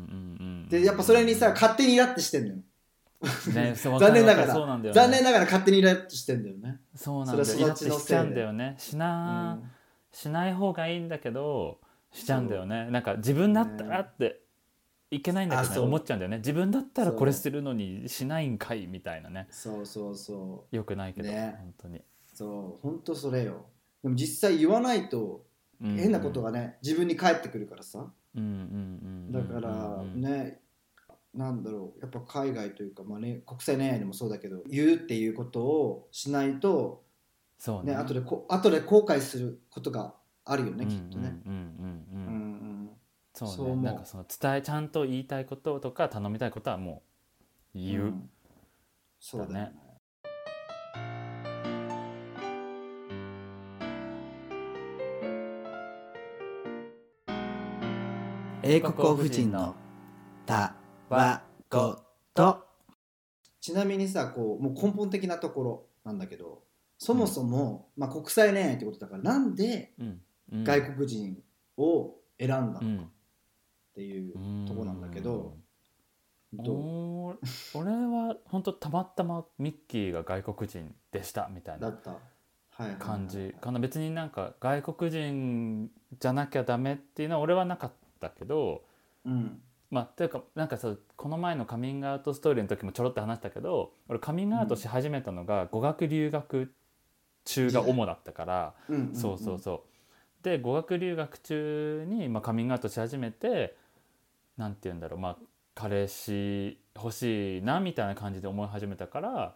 [SPEAKER 3] ん
[SPEAKER 2] でやっぱそれにさ勝手にイラってしてんのよ *laughs*
[SPEAKER 3] ねそうわか
[SPEAKER 2] 残
[SPEAKER 3] る
[SPEAKER 2] 念な
[SPEAKER 3] わか
[SPEAKER 2] が
[SPEAKER 3] る
[SPEAKER 2] ら、
[SPEAKER 3] そうなんだよね
[SPEAKER 2] 残念ながら勝手にイラッとしてんだよね。
[SPEAKER 3] そうなんだ
[SPEAKER 2] そ
[SPEAKER 3] よ
[SPEAKER 2] れ
[SPEAKER 3] イ
[SPEAKER 2] は育
[SPEAKER 3] ラっ
[SPEAKER 2] ち
[SPEAKER 3] て
[SPEAKER 2] の
[SPEAKER 3] しちゃうんだよねしなー、
[SPEAKER 2] うん
[SPEAKER 3] しない方がいいんだけどしちゃうんだよねなんか自分だったらっていけないんだけど、
[SPEAKER 2] あ
[SPEAKER 3] ね、
[SPEAKER 2] そう
[SPEAKER 3] 思っちゃうんだよね自分だったら
[SPEAKER 2] そう
[SPEAKER 3] これするのにしないんかいみたいなね
[SPEAKER 2] そうそうそう。
[SPEAKER 3] よくないけど、
[SPEAKER 2] ね
[SPEAKER 3] 本当に、
[SPEAKER 2] そう、本当それよ。でも実際言わないと
[SPEAKER 3] うん
[SPEAKER 2] 変なことがね、自分に返ってくるからさ。
[SPEAKER 3] うんうんうん
[SPEAKER 2] だからね、なんだろう、やっぱ海外というか、まあね、国際恋愛でもそうだけど、言うっていうことをしないと、
[SPEAKER 3] そうね
[SPEAKER 2] ね、後でこ後で後悔することがあるよね、きっとね。
[SPEAKER 3] うんう
[SPEAKER 2] う
[SPEAKER 3] んうんうんん、そうね
[SPEAKER 2] そう思う
[SPEAKER 3] なんかその伝えちゃんと言いたいこととか頼みたいことはもう
[SPEAKER 2] うん
[SPEAKER 3] 言う、
[SPEAKER 2] んそうだよ
[SPEAKER 3] だ
[SPEAKER 2] ね
[SPEAKER 3] ね。
[SPEAKER 2] 英
[SPEAKER 3] 国王夫人の
[SPEAKER 2] た
[SPEAKER 3] わ
[SPEAKER 2] ことちなみにさこうもう根本的なところなんだけどそもそも、まあ、国際恋愛ってことだからなんで
[SPEAKER 3] うんうん
[SPEAKER 2] 外国人を選んだのか
[SPEAKER 3] う
[SPEAKER 2] っ
[SPEAKER 3] ん
[SPEAKER 2] ていうとこなんだけど、どう
[SPEAKER 3] おー俺は本当たまたまミッキーが外国人でしたみたい
[SPEAKER 2] だ
[SPEAKER 3] な
[SPEAKER 2] った、はいはいはい
[SPEAKER 3] 感じかな別になんか外国人じゃなきゃダメっていうのは俺はなかったけど
[SPEAKER 2] うん
[SPEAKER 3] まあというかなんかさこの前のカミングアウトストーリーの時もちょろっと話したけど俺カミングアウトし始めたのが語学留学中が主だったから。
[SPEAKER 2] うんうんうん、
[SPEAKER 3] そうそうそう。で語学留学中に、まあ、カミングアウトし始めてなんて言うんだろう、まあ、彼氏欲しいなみたいな感じで思い始めたから、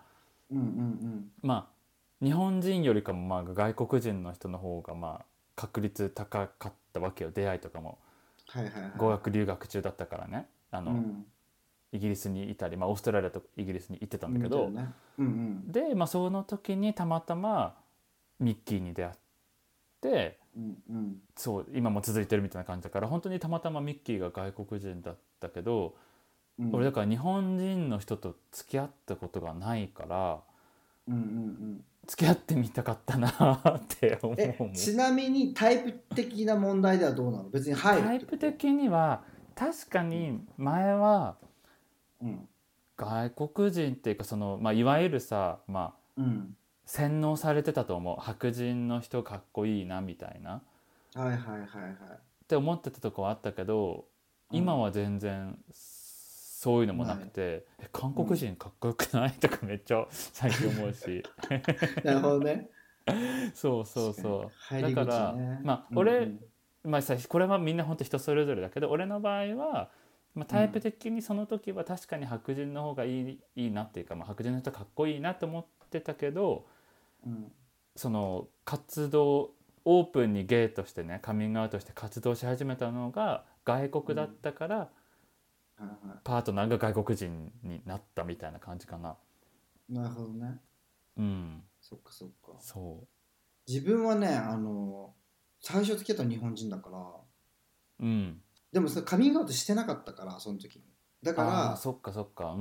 [SPEAKER 2] うんうん
[SPEAKER 3] まあ、日本人よりかも、まあ、外国人の人の方が、まあ、確率高かったわけよ出会いとかも
[SPEAKER 2] うんはいはいはい
[SPEAKER 3] 語学留学中だったからねあの、
[SPEAKER 2] うん
[SPEAKER 3] イギリスにいたり、まあ、オーストラリアとイギリスに行ってたんだけど、
[SPEAKER 2] みたいなねうんうん
[SPEAKER 3] で、まあ、その時にたまたまミッキーに出会って。
[SPEAKER 2] うんうん
[SPEAKER 3] そう今も続いてるみたいな感じだから本当にたまたまミッキーが外国人だったけど、
[SPEAKER 2] うん
[SPEAKER 3] 俺だから日本人の人と付き合ったことがないから
[SPEAKER 2] うんうんうん
[SPEAKER 3] 付き合ってみたかったなって思
[SPEAKER 2] え
[SPEAKER 3] うもん
[SPEAKER 2] ちなみにタイプ的な問題ではどうなの別に入る
[SPEAKER 3] タ
[SPEAKER 2] っ
[SPEAKER 3] イ
[SPEAKER 2] て
[SPEAKER 3] プ
[SPEAKER 2] こと
[SPEAKER 3] 的には確かに前は
[SPEAKER 2] うん
[SPEAKER 3] 外国人っていうかその、まあ、いわゆるさ、まあ、
[SPEAKER 2] うん
[SPEAKER 3] 洗脳されてたと思う白人の人かっこいいなみたいなっ
[SPEAKER 2] はいはいはいはい
[SPEAKER 3] て思ってたとこはあったけど今は全然そういうのもなくて、え韓国人かっこよくない、とかめっちゃ最近思う
[SPEAKER 2] *laughs*
[SPEAKER 3] し
[SPEAKER 2] なるほどね。
[SPEAKER 3] そうそうそ
[SPEAKER 2] 入り口ね
[SPEAKER 3] だからまあ
[SPEAKER 2] うん
[SPEAKER 3] 俺
[SPEAKER 2] うん
[SPEAKER 3] うまあさこれはみんな本当人それぞれだけど俺の場合は、まあ、タイプ的にその時は確かに白人の方がいい,、いいなっていうか、まあ、白人の人かっこいいなと思ってたけど
[SPEAKER 2] うん
[SPEAKER 3] その活動オープンにゲイとしてねカミングアウトして活動し始めたのが外国だったから、
[SPEAKER 2] はいは
[SPEAKER 3] パートナーが外国人になったみたいな感じかな。
[SPEAKER 2] いなるほどね。
[SPEAKER 3] うん、
[SPEAKER 2] そっかそっか。
[SPEAKER 3] そ
[SPEAKER 2] 自分はね、あの、最初付き合ったの日本人だから、
[SPEAKER 3] う。うん。
[SPEAKER 2] でもそれカミングアウトしてなかったから、その時に。だか
[SPEAKER 3] ああー、
[SPEAKER 2] ら、
[SPEAKER 3] そっかそっか。うんう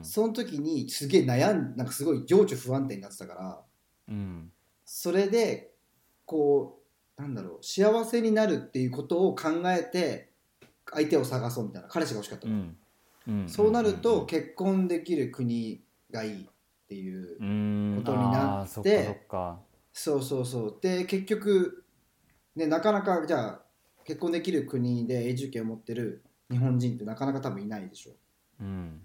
[SPEAKER 3] ん
[SPEAKER 2] その時にすげえ悩んなんかすごい情緒不安定になってたから、
[SPEAKER 3] うん。うん。
[SPEAKER 2] それで、こう、なんだろう、幸せになるっていうことを考えて、相手を探そうみたいな、彼氏が欲しかった
[SPEAKER 3] う
[SPEAKER 2] から。
[SPEAKER 3] ん。うん。
[SPEAKER 2] そうなると、結婚できる国がいいっていう。
[SPEAKER 3] うん。
[SPEAKER 2] ことになって
[SPEAKER 3] あーそっかそっか。
[SPEAKER 2] そうそうそうで結局、ね、なかなかじゃあ結婚できる国で永住権を持ってる日本人ってなかなか多分いないでしょ
[SPEAKER 3] うん。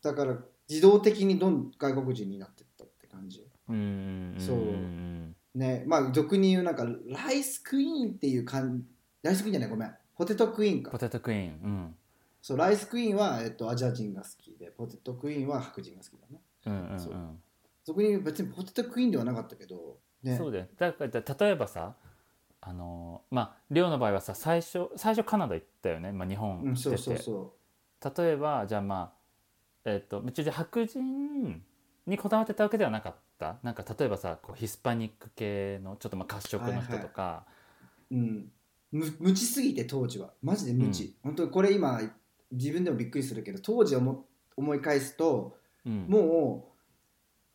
[SPEAKER 2] だから自動的にどん外国人になってったって感じ
[SPEAKER 3] うん
[SPEAKER 2] そうんねまあ俗に言うなんかライスクイーンっていう感じライスクイーンじゃないごめんポテトクイーン
[SPEAKER 3] ポ
[SPEAKER 2] か
[SPEAKER 3] テトクイーン、
[SPEAKER 2] そうライスクイーンは、えっと、アジア人が好きでポテトクイーンは白人が好きだね
[SPEAKER 3] うん、うんうんうん
[SPEAKER 2] そ
[SPEAKER 3] そうう,、
[SPEAKER 2] 俗に言う別にポテトクイーンではなかったけどね
[SPEAKER 3] だよだからだ例えばさあのーまあ亮の場合はさ最初最初カナダ行ったよね、まあ、日本
[SPEAKER 2] うん、
[SPEAKER 3] 来てて、
[SPEAKER 2] そうそうそ
[SPEAKER 3] 例えばじゃあまあえっ、と別に白人にこだわってたわけではなかったなんか例えばさこうヒスパニック系のちょっとまあ褐色の人とか、
[SPEAKER 2] ううんむ無知すぎて当時はマジで無知、本当にこれ今自分でもびっくりするけど当時をも思い返すと
[SPEAKER 3] うん、
[SPEAKER 2] も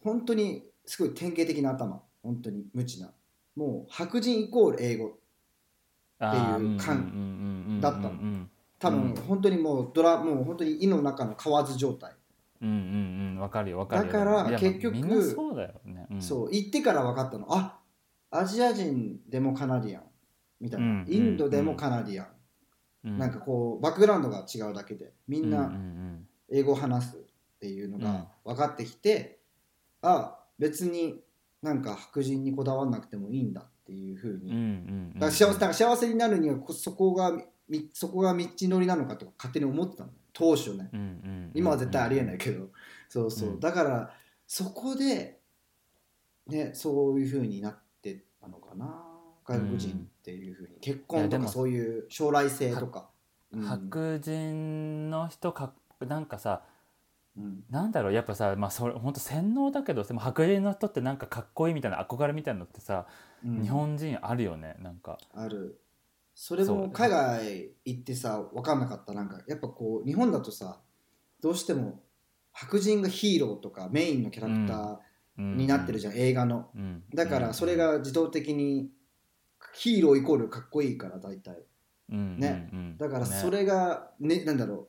[SPEAKER 2] う本当にすごい典型的な頭本当に無知なもう白人イコール英語
[SPEAKER 3] あー
[SPEAKER 2] っていう感
[SPEAKER 3] んんうん
[SPEAKER 2] だったの
[SPEAKER 3] うんうん
[SPEAKER 2] 多
[SPEAKER 3] うん
[SPEAKER 2] 分本当にもうドラもう本当に胃の中の蛙状態、
[SPEAKER 3] うんうんうんわかるよわかるよ
[SPEAKER 2] だから
[SPEAKER 3] いや
[SPEAKER 2] 結局
[SPEAKER 3] みんなそうだよね、ん、
[SPEAKER 2] そう行ってから分かったのあアジア人でもカナディアンみたいな、
[SPEAKER 3] うん
[SPEAKER 2] インドでもカナディアン、
[SPEAKER 3] うん、
[SPEAKER 2] なんかこうバックグラウンドが違うだけでみん
[SPEAKER 3] うんう
[SPEAKER 2] なん英語を話すっていうのが分かってきて、あ別になんか白人にこだわらなくてもいいんだっていうふう
[SPEAKER 3] う
[SPEAKER 2] に、
[SPEAKER 3] んうんう
[SPEAKER 2] だ
[SPEAKER 3] ん
[SPEAKER 2] から幸せだから幸せになるにはこそこがみそこが道のりなのかとか勝手に思ってたの当初ね
[SPEAKER 3] うんうんうん
[SPEAKER 2] 今は絶対ありえないけど、そうそう、
[SPEAKER 3] うん
[SPEAKER 2] だからそこでねそういうふうになってったのかな外国人っていうふうに、結
[SPEAKER 3] いや
[SPEAKER 2] 婚
[SPEAKER 3] で
[SPEAKER 2] と
[SPEAKER 3] も
[SPEAKER 2] かそういう将来性とか、うん
[SPEAKER 3] 白人の人かなんかさ
[SPEAKER 2] うん
[SPEAKER 3] なんだろうやっぱさまあそれ本当洗脳だけどでも白人の人ってなんかかっこいいみたいな憧れみたいなのってさ、
[SPEAKER 2] うん
[SPEAKER 3] 日本人あるよねなんか
[SPEAKER 2] あるそれ
[SPEAKER 3] そう
[SPEAKER 2] も海外行ってさ分かんなかったなんかやっぱこう日本だとさどうしても白人がヒーローとかメインのキャラクターになってるじゃん、映画の
[SPEAKER 3] ゃん、うん
[SPEAKER 2] だからそれ、が自動的にヒーローイコールかっこいいから大体
[SPEAKER 3] うん
[SPEAKER 2] ね
[SPEAKER 3] うんうん
[SPEAKER 2] だから
[SPEAKER 3] ね
[SPEAKER 2] それがねなんだろ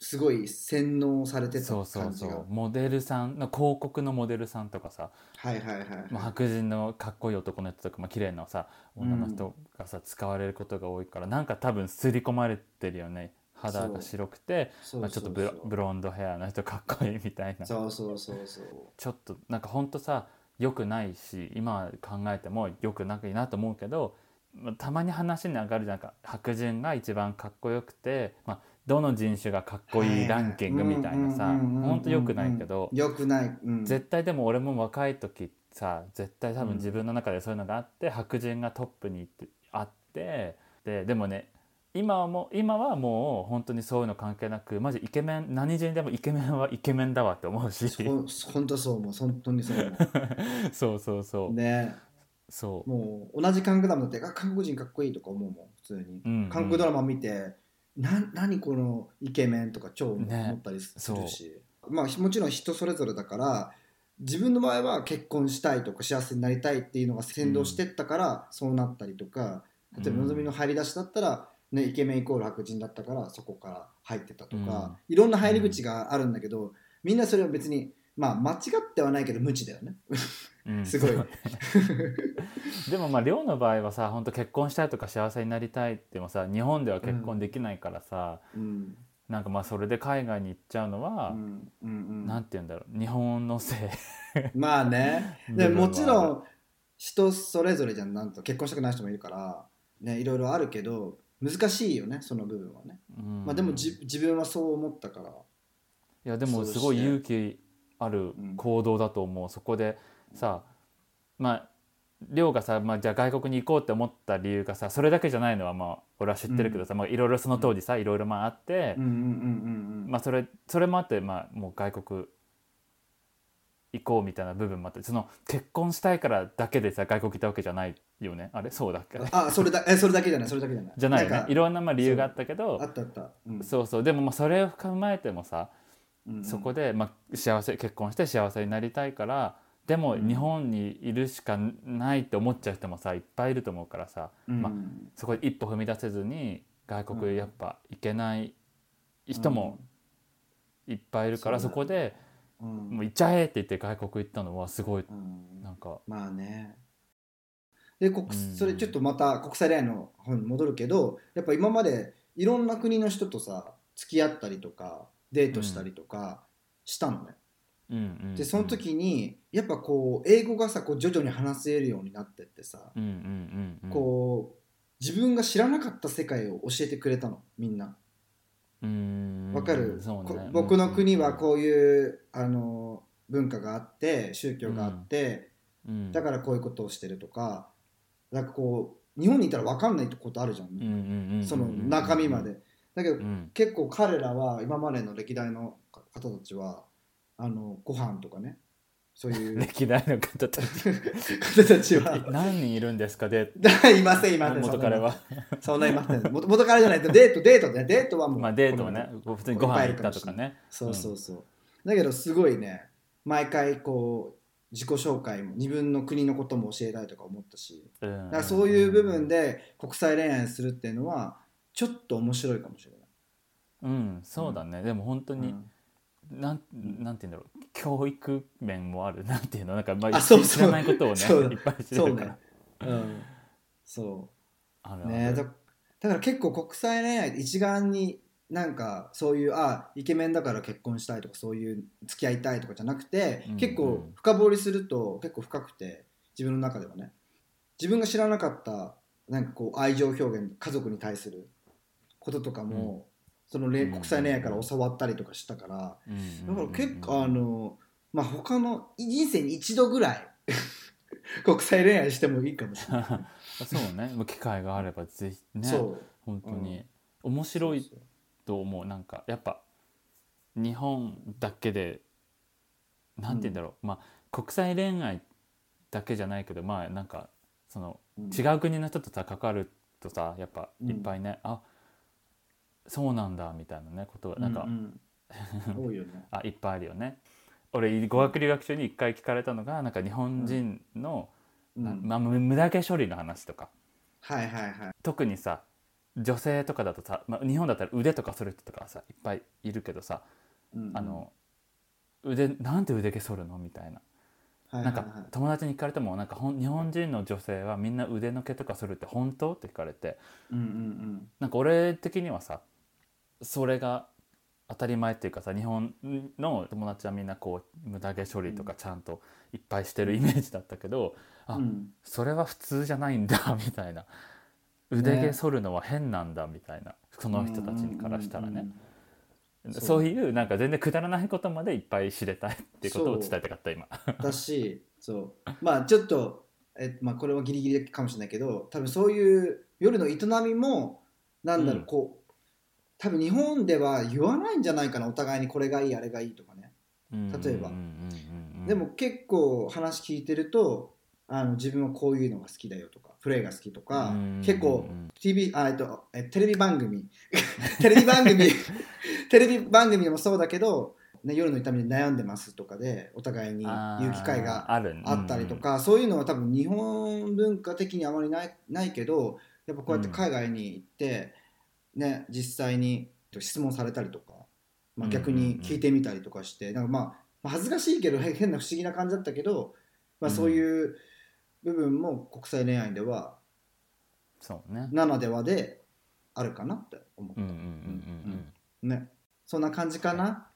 [SPEAKER 2] うすごい洗脳されてた
[SPEAKER 3] そう
[SPEAKER 2] 感じが
[SPEAKER 3] そうそうモデルさんの広告のモデルさんとかさ、
[SPEAKER 2] はいはいはいはい、
[SPEAKER 3] まあ、白人のかっこいい男の人とか、まあ綺麗なさ女の人がさ、使われることが多いからなんか多分刷り込まれてるよね肌が白くて、
[SPEAKER 2] そうそうそう
[SPEAKER 3] まあ、ちょっとブロブロンドヘアの人かっこいいみたいな
[SPEAKER 2] そうそうそうそう
[SPEAKER 3] ちょっとなんかほんとさ良くないし今考えても良くなくいいなと思うけど、まあ、たまに話に上がるなんか白人が一番かっこよくて、まあ、どの人種がかっこいいランキングみたいなさほんと良くないけど、
[SPEAKER 2] よくない、うん、
[SPEAKER 3] 絶対でも俺も若い時さ絶対多分自分の中でそういうのがあって、白人がトップに行ってあってででもね今はもう今はもう本当にそういうの関係なくマジイケメン何人でもイケメンはイケメンだわって思うし
[SPEAKER 2] そこ本当そう思う本当にそう思
[SPEAKER 3] *laughs* そうそうそう *laughs* う。
[SPEAKER 2] ね
[SPEAKER 3] そう。
[SPEAKER 2] もう同じ韓国ドラマだってあ韓国人かっこいいとか思うもん普通に、
[SPEAKER 3] うんうん
[SPEAKER 2] 韓国ドラマ見てな何このイケメンとか超思
[SPEAKER 3] ね
[SPEAKER 2] ったりするし、まあひもちろん人それぞれだから自分の場合は結婚したいとか幸せになりたいっていうのが先導してったから、そうなったりとか例えば
[SPEAKER 3] うん
[SPEAKER 2] 望みの入り出しだったら、ね、イケメンイコール白人だったからそこから入ってたとか、いろんな入り口があるんだけど、みんなそれは別にまあ間違ってはないけど無知だよね
[SPEAKER 3] うん
[SPEAKER 2] すごい
[SPEAKER 3] そうでもまあ亮の場合はさ本当結婚したいとか幸せになりたいってもさ日本では結婚できないからさ、
[SPEAKER 2] うん
[SPEAKER 3] なんかまあそれで海外に行っちゃうのは
[SPEAKER 2] う、んうんうん
[SPEAKER 3] なんて言うんだろう日本のせい。
[SPEAKER 2] まあねでもちろん人それぞれじゃんなんと結婚したくない人もいるから、ね、いろいろあるけど難しいよねその部分はね、
[SPEAKER 3] うん、
[SPEAKER 2] まあ、でもじ自分はそう思ったから
[SPEAKER 3] いやでもすごい勇気ある行動だと思う、そこでさまあ亮がさ、まあ、じゃあ外国に行こうって思った理由がさそれだけじゃないのはまあ俺は知ってるけどさまあいろいろその当時さいろいろまああって、
[SPEAKER 2] うんうんうんうんうん
[SPEAKER 3] まあ、それそれもあって、まあ、もう外国行こうみたいな部分もあってその結婚したいからだけでさ外国行ったわけじゃないよねあれそうだっけ
[SPEAKER 2] あそれだえそれだけじゃないそれだけじゃない
[SPEAKER 3] じゃないよね
[SPEAKER 2] んか
[SPEAKER 3] いろんなまあ理由があったけど
[SPEAKER 2] あったあった、うん
[SPEAKER 3] そうそうでもまあそれを踏まえてもさ
[SPEAKER 2] うんうん
[SPEAKER 3] そこで、まあ、幸せ結婚して幸せになりたいからでも
[SPEAKER 2] うん
[SPEAKER 3] 日本にいるしかないって思っちゃう人もさいっぱいいると思うからさ、
[SPEAKER 2] うん
[SPEAKER 3] まあ、そこで一歩踏み出せずに外
[SPEAKER 2] う
[SPEAKER 3] 国
[SPEAKER 2] ん
[SPEAKER 3] やっぱ行けない人もいっぱいいるから、
[SPEAKER 2] そ
[SPEAKER 3] そう
[SPEAKER 2] だ
[SPEAKER 3] こで。
[SPEAKER 2] うん
[SPEAKER 3] もう行っちゃえって言って外国行ったのはすごい
[SPEAKER 2] うん
[SPEAKER 3] なんか
[SPEAKER 2] まあね。で国
[SPEAKER 3] うん
[SPEAKER 2] それちょっとまた国際恋愛の方に戻るけどやっぱ今までいろんな国の人とさ付き合ったりとかデートしたりとかしたのね、
[SPEAKER 3] うんうんうん
[SPEAKER 2] でその時にやっぱこう英語がさこう徐々に話せるようになってってさ、
[SPEAKER 3] うんうんうんうん
[SPEAKER 2] こう自分が知らなかった世界を教えてくれたのみんな
[SPEAKER 3] うーん
[SPEAKER 2] わかる、
[SPEAKER 3] そう
[SPEAKER 2] こ
[SPEAKER 3] ね
[SPEAKER 2] 僕の国はこういうあの文化があって宗教があって、
[SPEAKER 3] うん、うん、
[SPEAKER 2] だからこういうことをしてるとかなんかこう日本にいたら分かんないことあるじゃん、
[SPEAKER 3] うんうんうんうん
[SPEAKER 2] その中身まで、だけど
[SPEAKER 3] うん
[SPEAKER 2] 結構彼らは今までの歴代の方たちはあのご飯とかねそう
[SPEAKER 3] *laughs*
[SPEAKER 2] いう
[SPEAKER 3] 歴代の方たち
[SPEAKER 2] *laughs* 方たちは *laughs*
[SPEAKER 3] 何人いるんですかで
[SPEAKER 2] いませんいません
[SPEAKER 3] 元彼は
[SPEAKER 2] そんないません元元彼じゃないとデートデートねデートはもう、
[SPEAKER 3] まあデートはね普通にご飯行ったとかね
[SPEAKER 2] そうそうそう、だけどすごいね毎回こう自己紹介も自分の国のことも教えたいとか思ったし
[SPEAKER 3] うん
[SPEAKER 2] だからそういう部分で国際恋愛するっていうのはちょっと面白いかもしれない。
[SPEAKER 3] うんそうだね、でも本当に、
[SPEAKER 2] うん
[SPEAKER 3] なんなんて言うんだろう教育面もあるなんていうのなんかまあ
[SPEAKER 2] あそうそう
[SPEAKER 3] 知らないことを
[SPEAKER 2] *laughs*
[SPEAKER 3] ね
[SPEAKER 2] そう
[SPEAKER 3] いっぱい知
[SPEAKER 2] そ
[SPEAKER 3] れ
[SPEAKER 2] う
[SPEAKER 3] るから、
[SPEAKER 2] ね。うん、そ
[SPEAKER 3] ある
[SPEAKER 2] う
[SPEAKER 3] ある
[SPEAKER 2] ねだだから結構国際恋愛って一眼になんかそういうあイケメンだから結婚したいとかそういう付き合いたいとかじゃなくて、
[SPEAKER 3] うん
[SPEAKER 2] 結構深掘りすると結構深くて自分の中ではね自分が知らなかったなんかこう愛情表現家族に対することとかも、その恋国際恋愛から教わったりとかしたから。
[SPEAKER 3] うんうん
[SPEAKER 2] だ
[SPEAKER 3] う
[SPEAKER 2] から
[SPEAKER 3] んうん
[SPEAKER 2] 結構あのまあ他の人生に一度ぐらい *laughs* 国際恋愛してもいいかもしれない。
[SPEAKER 3] *laughs* そうねもう機会があればぜひね
[SPEAKER 2] そう
[SPEAKER 3] 本当に、面白いと思うなんかやっぱ日本だけでなんて言うんだろう、まあ国際恋愛だけじゃないけどまあなんかその違
[SPEAKER 2] う
[SPEAKER 3] う国の人とさ関わるとさやっぱいっぱいね、あそうなんだみたいなねことがなんか、
[SPEAKER 2] んうん多いよね。
[SPEAKER 3] あいっぱいあるよね。俺語学留学中に一回聞かれたのがなんか日本人の、
[SPEAKER 2] うん
[SPEAKER 3] なまあ、無無駄毛処理の話とか
[SPEAKER 2] はいはいはい。
[SPEAKER 3] 特にさ女性とかだとさ、まあ、日本だったら腕とか剃る人とかさいっぱいいるけどさ、
[SPEAKER 2] うんうん
[SPEAKER 3] あの腕なんで腕毛剃るのみたいな
[SPEAKER 2] はいは
[SPEAKER 3] ないん
[SPEAKER 2] はい
[SPEAKER 3] か友達に聞かれてもなんかほん日本人の女性はみんな腕の毛とか剃るって本当って聞かれて
[SPEAKER 2] うんうん
[SPEAKER 3] なんか俺的にはさそれが当たり前っていうかさ日本の友達はみんなこう無駄毛処理とかちゃんといっぱいしてるイメージだったけど、
[SPEAKER 2] う
[SPEAKER 3] あ
[SPEAKER 2] んうん。
[SPEAKER 3] それは普通じゃないんだみたいな腕毛剃るのは変なんだみたいな、その人たちにからしたら
[SPEAKER 2] うん
[SPEAKER 3] ね、
[SPEAKER 2] うんうん
[SPEAKER 3] そういうなんか全然くだらないことまでいっぱい知れたいっていうことを伝えたかった今。
[SPEAKER 2] うんうん。だ
[SPEAKER 3] *laughs*
[SPEAKER 2] し、そうまあちょっとえまあこれはギリギリかもしれないけど、多分そういう夜の営みもなんだろ
[SPEAKER 3] う
[SPEAKER 2] うんこう多分日本では言わないんじゃないかなお互いにこれがいいあれがいいとかね。例えば
[SPEAKER 3] うんうんうんうん
[SPEAKER 2] でも結構話聞いてるとあの自分はこういうのが好きだよとかプレイが好きとか、
[SPEAKER 3] うん
[SPEAKER 2] 結構 TV あえっとえテレビ番組 *laughs* テレビ番組 *laughs* テレビ番組でもそうだけど、ね、夜の痛みで悩んでますとかでお互いに言う機会が
[SPEAKER 3] ある
[SPEAKER 2] あったりと、か、そういうのは多分日本文化的にあまりないないけどやっぱこうやって海外に行って、ね、実際に質問されたりとか、まあ、逆に聞いてみたりとかして、なんかまあまあ恥ずかしいけどへ変な不思議な感じだったけど、まあ、そういう部分も国際恋愛では
[SPEAKER 3] そうね。
[SPEAKER 2] ならではであるかなって思う
[SPEAKER 3] うんうんうんうんうん
[SPEAKER 2] ねそんな感じかな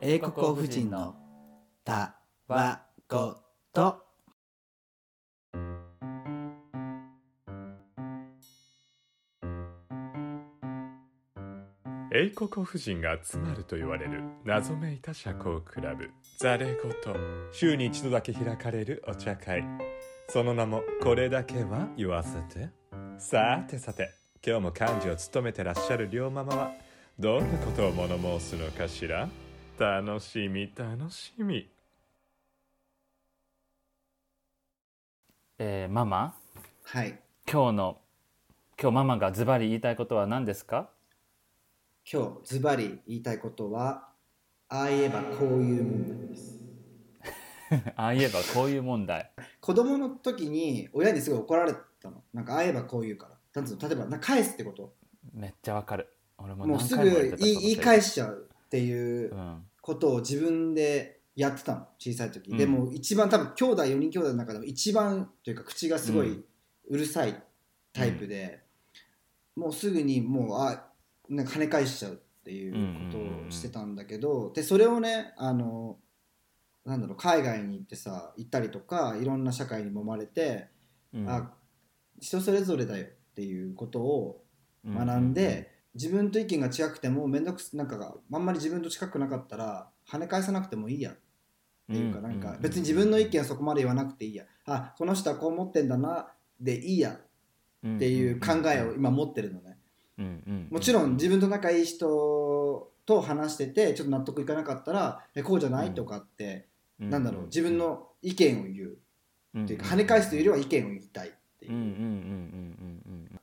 [SPEAKER 2] 英
[SPEAKER 3] 国王夫人の
[SPEAKER 2] た
[SPEAKER 3] わ
[SPEAKER 2] こと
[SPEAKER 4] 英国夫人が集まると言われる謎めいた社交クラブザレゴと週に一度だけ開かれるお茶会その名もこれだけは言わせてさてさて今日も幹事を務めてらっしゃる両ママはどんなことを物申すのかしら楽しみ楽しみ
[SPEAKER 3] えーママ
[SPEAKER 2] はい
[SPEAKER 3] 今日の今日ママがズバリ言いたいことは何ですか *laughs*
[SPEAKER 2] 今日ズバリ言いたいことはああ言えばこういう問題です
[SPEAKER 3] ああ言えばこういう問題。
[SPEAKER 2] 子供の時に親にすごい怒られたのなんかああ言えばこう言うからなんつうの例えばなんか返すってこと
[SPEAKER 3] めっちゃわかる。俺も
[SPEAKER 2] もう
[SPEAKER 3] 何
[SPEAKER 2] す
[SPEAKER 3] 回も言って
[SPEAKER 2] ぐ
[SPEAKER 3] た
[SPEAKER 2] 言い言い返
[SPEAKER 3] し。
[SPEAKER 2] しちゃうっていう
[SPEAKER 3] うん。
[SPEAKER 2] ことを自分でやってたの小さい時、
[SPEAKER 3] うん
[SPEAKER 2] でも一番多分兄弟4人兄弟の中でも一番というか口がすごい
[SPEAKER 3] うん
[SPEAKER 2] うるさいタイプで、もうすぐにもうあなんか跳ね返しちゃうっていうことをしてたんだけど、でそれをねあのなんだろう海外に行ってさ行ったりとかいろんな社会に揉まれて、
[SPEAKER 3] うん
[SPEAKER 2] あ人それぞれだよっていうことを学んで、、自分と意見が違くても面倒くすなんかあんまり自分と近くなかったら跳ね返さなくてもいいやっ
[SPEAKER 3] う
[SPEAKER 2] て
[SPEAKER 3] ん
[SPEAKER 2] いうか、なんか別に自分の意見はそこまで言わなくていいやあこの人はこう思ってんだなでいいやっていう考えを、今持ってるのね
[SPEAKER 3] うんうんうんうん
[SPEAKER 2] もちろん自分と仲いい人と話しててちょっと納得いかなかったらえこうじゃないとかって、なんだろう自分の意見を言うっていうか跳ね返すというよりは意見を言いたいっていうう、
[SPEAKER 3] んうんうんうん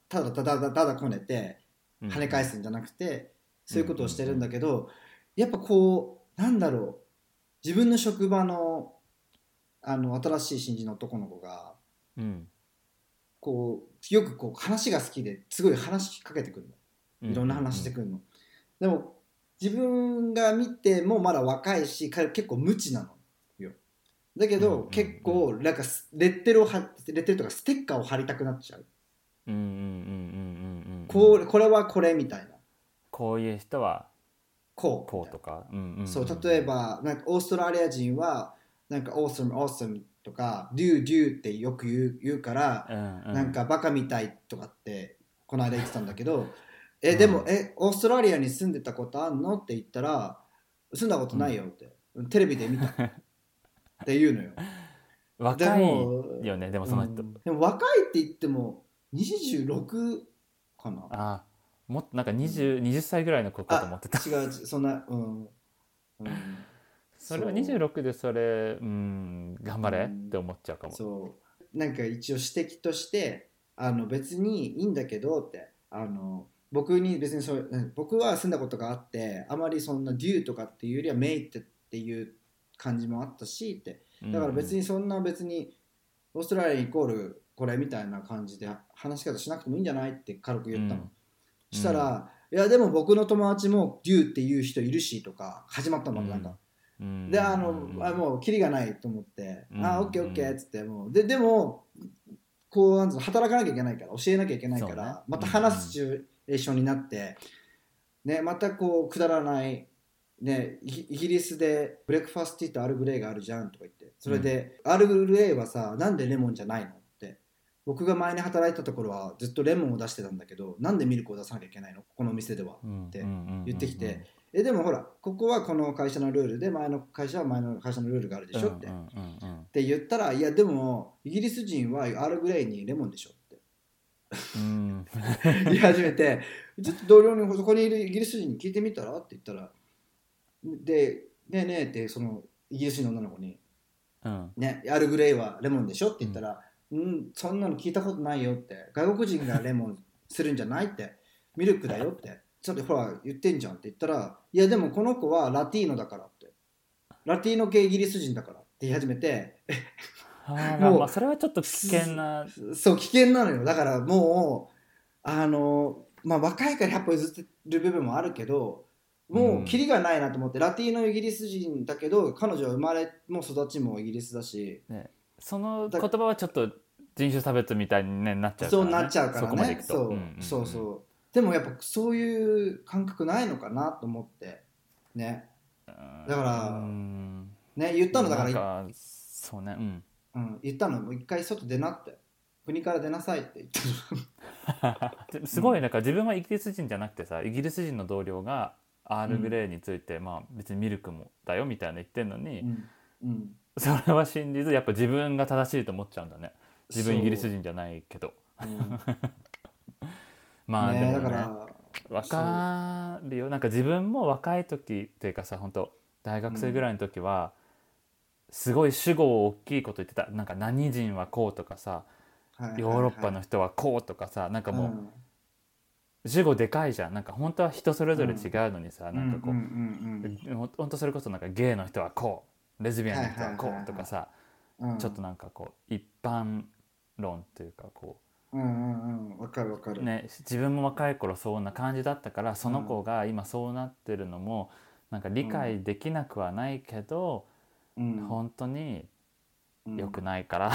[SPEAKER 2] ただただただただこねて
[SPEAKER 3] うんうん
[SPEAKER 2] 跳ね返すんじゃなくてそういうことをしてるんだけどやっぱこうなんだろう自分の職場のあの新しい新人の男の子が
[SPEAKER 3] うん
[SPEAKER 2] こうよくこう話が好きですごい話しかけてくる
[SPEAKER 3] う
[SPEAKER 2] のいろんな話してくるの、でも自分が見てもまだ若いし彼結構無知なのよだけ
[SPEAKER 3] うんうん
[SPEAKER 2] ど
[SPEAKER 3] うん
[SPEAKER 2] 結構なんかすレッテルを貼レッテルとかステッカーを貼りたくなっちゃう
[SPEAKER 3] うんうんうんうんうんうん
[SPEAKER 2] こうこれはこれみたいな
[SPEAKER 3] こういう人は
[SPEAKER 2] こう
[SPEAKER 3] こうとか、うんうんうん
[SPEAKER 2] そう例えばなんかオーストラリア人はなんか「オー m ムオー m ム」とか「デューデュー」ってよく言う言うから、
[SPEAKER 3] うんう
[SPEAKER 2] なんかバカみたいとかってこの間言ってたんだけ
[SPEAKER 3] *laughs*
[SPEAKER 2] ど「えでも、えオーストラリアに住んでたことあんの?」って言ったら「住んだことないよ」って、テレビで見
[SPEAKER 3] *laughs*
[SPEAKER 2] た」って言うのよ。
[SPEAKER 3] 若いよねでもその人、
[SPEAKER 2] うんでも若いって言っても26かな
[SPEAKER 3] あーもっとなんか 20, 20歳ぐらいの子かと思ってた
[SPEAKER 2] 違うそんなうん、うん
[SPEAKER 3] それは
[SPEAKER 2] そう
[SPEAKER 3] 26でそれうん頑張れって思っちゃうかも
[SPEAKER 2] そうなんか一応指摘としてあの別にいいんだけどってあの僕に別にそううん僕は住んだことがあってあまりそんなデューとかっていうよりはメイってっていう感じもあったしってだから別にそんな別にオーストラリアイコールこれみたいな感じで話し方しなくてもいいんじゃないって軽く言ったの、
[SPEAKER 3] うん
[SPEAKER 2] したら、いやでも僕の友達もデューっていう人いるしとか始まったのなんか、
[SPEAKER 3] うん、うん
[SPEAKER 2] であの、あ
[SPEAKER 3] う
[SPEAKER 2] もうキリがないと思って、
[SPEAKER 3] うん
[SPEAKER 2] あオッケーオッケーっつってもうででもこうなんつうの働かなきゃいけないから教えなきゃいけないから、
[SPEAKER 3] そうね
[SPEAKER 2] また話すシチュエーションになって、ね、またこうくだらない、ね、イギイギリスでブレックファストティーとアールグレイがあるじゃんとか言ってそれで、アールグレイはさなんでレモンじゃないのって僕が前に働いてたところはずっとレモンを出してたんだけどなんでミルクを出さなきゃいけないのここのお店では
[SPEAKER 3] ん
[SPEAKER 2] って
[SPEAKER 3] うんうんうんうん
[SPEAKER 2] 言ってきて、えでもほらここはこの会社のルールで前の会社は前の会社のルールがあるでしょって、
[SPEAKER 3] うん
[SPEAKER 2] っ
[SPEAKER 3] うんうんうん
[SPEAKER 2] て言ったらいやでもイギリス人はアールグレイにレモンでしょって
[SPEAKER 3] うん
[SPEAKER 2] 言い始めて *laughs* ちょっと同僚にそこにいるイギリス人に聞いてみたらって言ったらで「ねえねえ」ってそのイギリス人の女の子に
[SPEAKER 3] うん
[SPEAKER 2] 「ねアールグレイはレモンでしょ」って言ったら「うん、そんなの聞いたことないよ」って外国人がレモンするんじゃないってミルクだよってちょっとほら言ってんじゃんって言ったら「いやでもこの子はラティーノだから」ってラティーノ系イギリス人だからって言い始めて
[SPEAKER 3] あら
[SPEAKER 2] もう
[SPEAKER 3] まあそれはちょっと危険な
[SPEAKER 2] そう危険なのよだからもうあのまあ若いから100歩譲ってる部分もあるけどもうキリがないなと思って、ラティーノイギリス人だけど彼女は生まれも育ちもイギリスだし
[SPEAKER 3] その言葉はちょっと人種差別みたいにねなっちゃうから、ね、
[SPEAKER 2] そうなっちゃうからね
[SPEAKER 3] そこまでいくと
[SPEAKER 2] そう,、
[SPEAKER 3] んんん
[SPEAKER 2] そうそうでもやっぱそういう感覚ないのかなと思ってね
[SPEAKER 3] うん
[SPEAKER 2] だから
[SPEAKER 3] うん
[SPEAKER 2] ね言ったのだから
[SPEAKER 3] なんかそうねうん
[SPEAKER 2] うん、言ったのもう一回外出なって国から出なさいって言ったの
[SPEAKER 3] *laughs* ですごいなんか自分はイギリス人じゃなくてさイギリス人の同僚がアールグレーについて、まあ別にミルクもだよみたいな言ってんのに、
[SPEAKER 2] うん、うん、
[SPEAKER 3] それは信じずやっぱ自分が正しいと思っちゃうんだね自分イギリス人じゃないけど
[SPEAKER 2] そう、う
[SPEAKER 3] *laughs*
[SPEAKER 2] ん
[SPEAKER 3] まあで
[SPEAKER 2] ね
[SPEAKER 3] も
[SPEAKER 2] だか
[SPEAKER 3] ね
[SPEAKER 2] ら
[SPEAKER 3] わかるよなんか自分も若い時っていうかさ本当大学生ぐらいの時は、すごい主語を大きいこと言ってたなんか何人はこうとかさ
[SPEAKER 2] はい
[SPEAKER 3] ヨーロッパの人はこうとかさなんか
[SPEAKER 2] はいはい
[SPEAKER 3] もう主語でかいじゃんなんか本当は人それぞれ違うのにさ、
[SPEAKER 2] うん
[SPEAKER 3] なんかこう
[SPEAKER 2] うんうんうん
[SPEAKER 3] ほんほんとそれこそなんかゲイの人はこうレズビアンの人はこ
[SPEAKER 2] はいはいう
[SPEAKER 3] とかさ
[SPEAKER 2] うんうん
[SPEAKER 3] ちょっとなんかこう一般論というかこ
[SPEAKER 2] うんうんうんわかるわか
[SPEAKER 3] う
[SPEAKER 2] る、
[SPEAKER 3] ね自分も若い頃そんな感じだったからその子が今そうなってるのもなんか理解できなくはないけど
[SPEAKER 2] うん
[SPEAKER 3] 本当に
[SPEAKER 2] うん *laughs*
[SPEAKER 3] 良くないから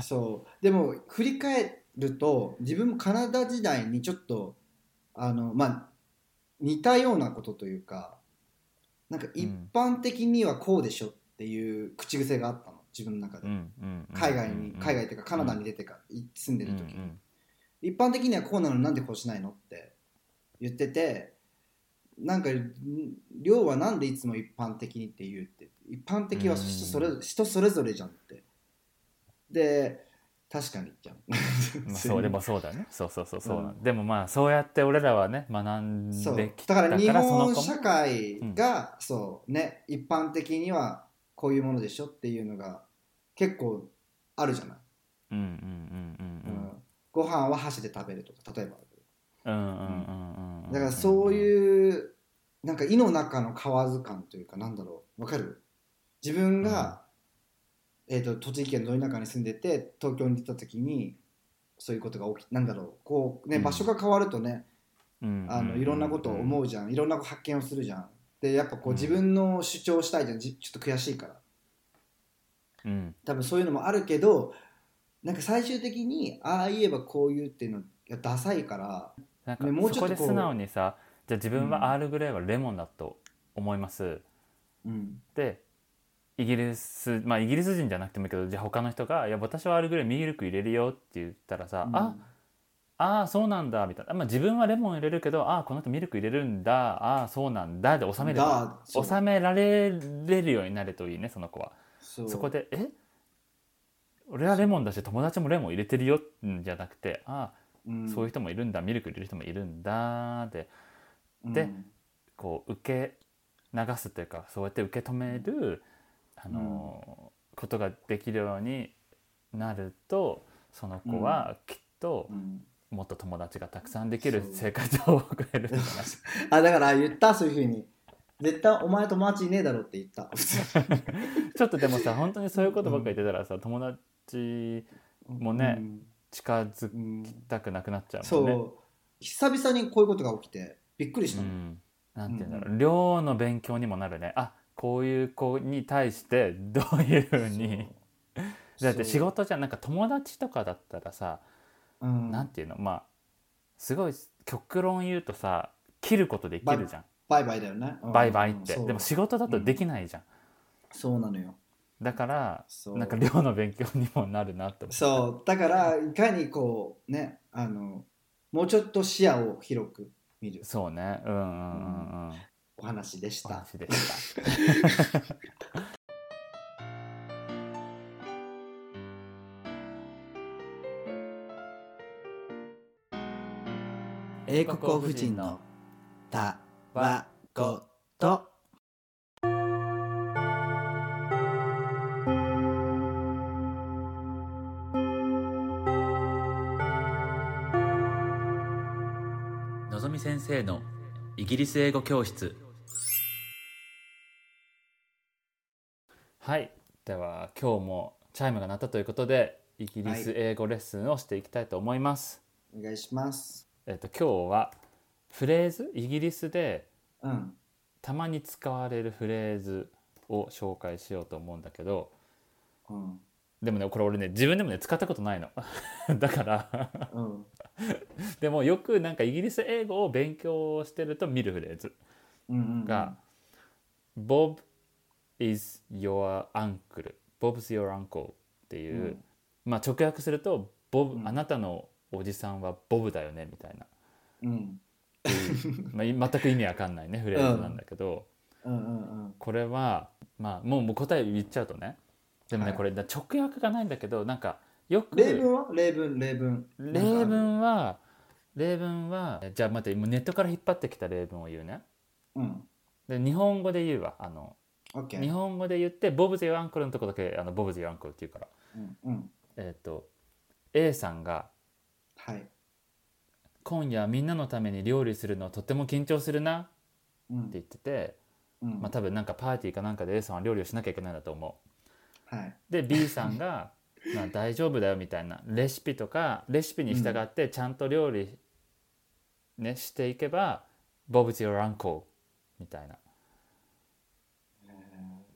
[SPEAKER 2] そうでも振り返ると自分もカナダ時代にちょっとあのまあ似たようなことというかなんか一般的にはこうでしょっていう口癖があったの自分の中で、
[SPEAKER 3] うんうん
[SPEAKER 2] 海外に海外
[SPEAKER 3] っ
[SPEAKER 2] っていうかカナダに出てから、い住んで
[SPEAKER 3] て
[SPEAKER 2] る時、一般的にはこうなのになんでこうしないのって言っててなんかん量はなんでいつも一般的にって言うって一般的は人それ,、
[SPEAKER 3] う
[SPEAKER 2] 人それぞれじゃんってで確かにじゃん、
[SPEAKER 3] *laughs* まあ、そうでもそうだねそうそうそうそうなの、でもまあそうやって俺らはね学ん
[SPEAKER 2] そう
[SPEAKER 3] でき
[SPEAKER 2] だから日本
[SPEAKER 3] 子も
[SPEAKER 2] 社会が、そうね一般的にはこういうものでしょっていうのが結構あるじゃない、
[SPEAKER 3] うんうんうん
[SPEAKER 2] う
[SPEAKER 3] うんん
[SPEAKER 2] ご飯は箸で食べるとか例えば
[SPEAKER 3] うんうんうんうん
[SPEAKER 2] だからそういうなんか胃の中の蛙感というかなんだろうわかる自分が、えー、と栃木県の田舎に住んでて東京に出た時にそういうことが起きなんだろうこうね
[SPEAKER 3] うん
[SPEAKER 2] 場所が変わるとね、
[SPEAKER 3] うん
[SPEAKER 2] あのいろんなことを思うじゃんいろんな発見をするじゃんでやっぱこう自分の主張したいじゃんじちょっと悔しいから
[SPEAKER 3] うん、うん
[SPEAKER 2] 多分そういうのもあるけどなんか最終的にああ言えばこう言うっていうのがダサいから
[SPEAKER 3] なんか
[SPEAKER 2] ねもう
[SPEAKER 3] そ
[SPEAKER 2] ちょ
[SPEAKER 3] こ
[SPEAKER 2] っとこ
[SPEAKER 3] で
[SPEAKER 2] う
[SPEAKER 3] 素直にさじゃあ自分
[SPEAKER 2] うん
[SPEAKER 3] はアールグレイはレモンだと思います、
[SPEAKER 2] うん
[SPEAKER 3] でイギリスまあイギリス人じゃなくてもいいけどじゃあ他の人が「いや私はアールグレイミルク入れるよ」って言ったらさ「あああそうなんだ」みたいな、まあ、自分はレモン入れるけど「ああこの人ミルク入れるんだああそうなんだ」で収めれば
[SPEAKER 2] だそう
[SPEAKER 3] 収められるようになるといいねその子は。
[SPEAKER 2] そ
[SPEAKER 3] そこで「え俺はレモンだし友達もレモン入れてるよ」んじゃなくて「ああそういう人もいるんだミルク入れる人もいるんだ」で
[SPEAKER 2] うん
[SPEAKER 3] で
[SPEAKER 2] うん
[SPEAKER 3] こう受け流すというかそうやって受け止める、あのーことができるようになるとその子はきっと
[SPEAKER 2] うん
[SPEAKER 3] もっと友達がたくさんできる
[SPEAKER 2] そう
[SPEAKER 3] 生活を送れるんじゃない
[SPEAKER 2] *laughs* あだから言ったそういうふうに絶対お前友達いねえだろって言った普通
[SPEAKER 3] ちょっとでもさ本当にそういうことばっかり言ってたらさ友達もね近づ
[SPEAKER 2] うんうん
[SPEAKER 3] きたくなくなっちゃうもんね。
[SPEAKER 2] そう久々にこういうことが起きてびっくりした
[SPEAKER 3] う
[SPEAKER 2] の
[SPEAKER 3] ん、なんて言うんだろう、量の勉強にもなるねあこういう子に対してどういうふうに
[SPEAKER 2] そう
[SPEAKER 3] だって仕事じゃんなんか友達とかだったらさ、
[SPEAKER 2] うん
[SPEAKER 3] なんていうのまあすごい極論言うとさ切ることできるじゃん
[SPEAKER 2] バイバイだよねうん
[SPEAKER 3] バイバイって、
[SPEAKER 2] そう
[SPEAKER 3] でも仕事だとできないじゃん、
[SPEAKER 2] そうなのよ
[SPEAKER 3] だから
[SPEAKER 2] そう
[SPEAKER 3] なんか量の勉強にもなるなと思う
[SPEAKER 2] そうだからいかにこうねあのもうちょっと視野を広く見る
[SPEAKER 3] そうねうんうんうんうん
[SPEAKER 2] お話でし
[SPEAKER 3] お
[SPEAKER 2] た
[SPEAKER 3] 話でした
[SPEAKER 2] 英
[SPEAKER 3] 国王夫人の
[SPEAKER 2] た
[SPEAKER 3] わ
[SPEAKER 2] と
[SPEAKER 3] のぞみ先生のイギリス英語教室はいでは今日もチャイムが鳴ったということでイギリス英語レッスンをしていきたいと思います、
[SPEAKER 2] お願いします
[SPEAKER 3] えっと今日はフレーズイギリスで
[SPEAKER 2] うん
[SPEAKER 3] たまに使われるフレーズを紹介しようと思うんだけど
[SPEAKER 2] うん
[SPEAKER 3] でもねこれ俺ね自分でもね使ったことないの *laughs* だから
[SPEAKER 2] うん
[SPEAKER 3] でもよくなんかイギリス英語を勉強してると見るフレーズ
[SPEAKER 2] うんうん
[SPEAKER 3] が、Bob is your uncle Bob's your uncle っていう、
[SPEAKER 2] うん
[SPEAKER 3] まあ直訳すると Bob、
[SPEAKER 2] うん
[SPEAKER 3] あなたのおじさんはボブだよねみたいな、
[SPEAKER 2] うん
[SPEAKER 3] まあ
[SPEAKER 2] *laughs*
[SPEAKER 3] い、全く意味わかんないねフレーズなんだけど、
[SPEAKER 2] うんうんうん
[SPEAKER 3] これはまあもうもう答え言っちゃうとねでもね、
[SPEAKER 2] はい
[SPEAKER 3] これだ直訳がないんだけどなんかよく
[SPEAKER 2] 例文は例文例文
[SPEAKER 3] 例文は例文はえじゃあ待ってもうネットから引っ張ってきた例文を言うね
[SPEAKER 2] うん
[SPEAKER 3] で日本語で言うわあの
[SPEAKER 2] OK
[SPEAKER 3] 日本語で言って「ボブ・ゼ・ヨアンクル」のとこだけ「あのボブ・ゼ・ヨアンクル」って言うから、
[SPEAKER 2] うんうん
[SPEAKER 3] えっと A さんが
[SPEAKER 2] はい
[SPEAKER 3] 「今夜みんなのために料理するのとっても緊張するな」
[SPEAKER 2] う
[SPEAKER 3] って
[SPEAKER 2] ん
[SPEAKER 3] 言ってて、
[SPEAKER 2] うん
[SPEAKER 3] まあ、多分なんかパーティーかなんかで A さんは料理をしなきゃいけないんだと思。
[SPEAKER 2] はいう
[SPEAKER 3] で B さんが「まあ大丈夫だよ」みたいなレシピとかレシピに従ってちゃんと料理、ね、していけば「ボブ・ゼ・ヨアンクル」みたいな。っ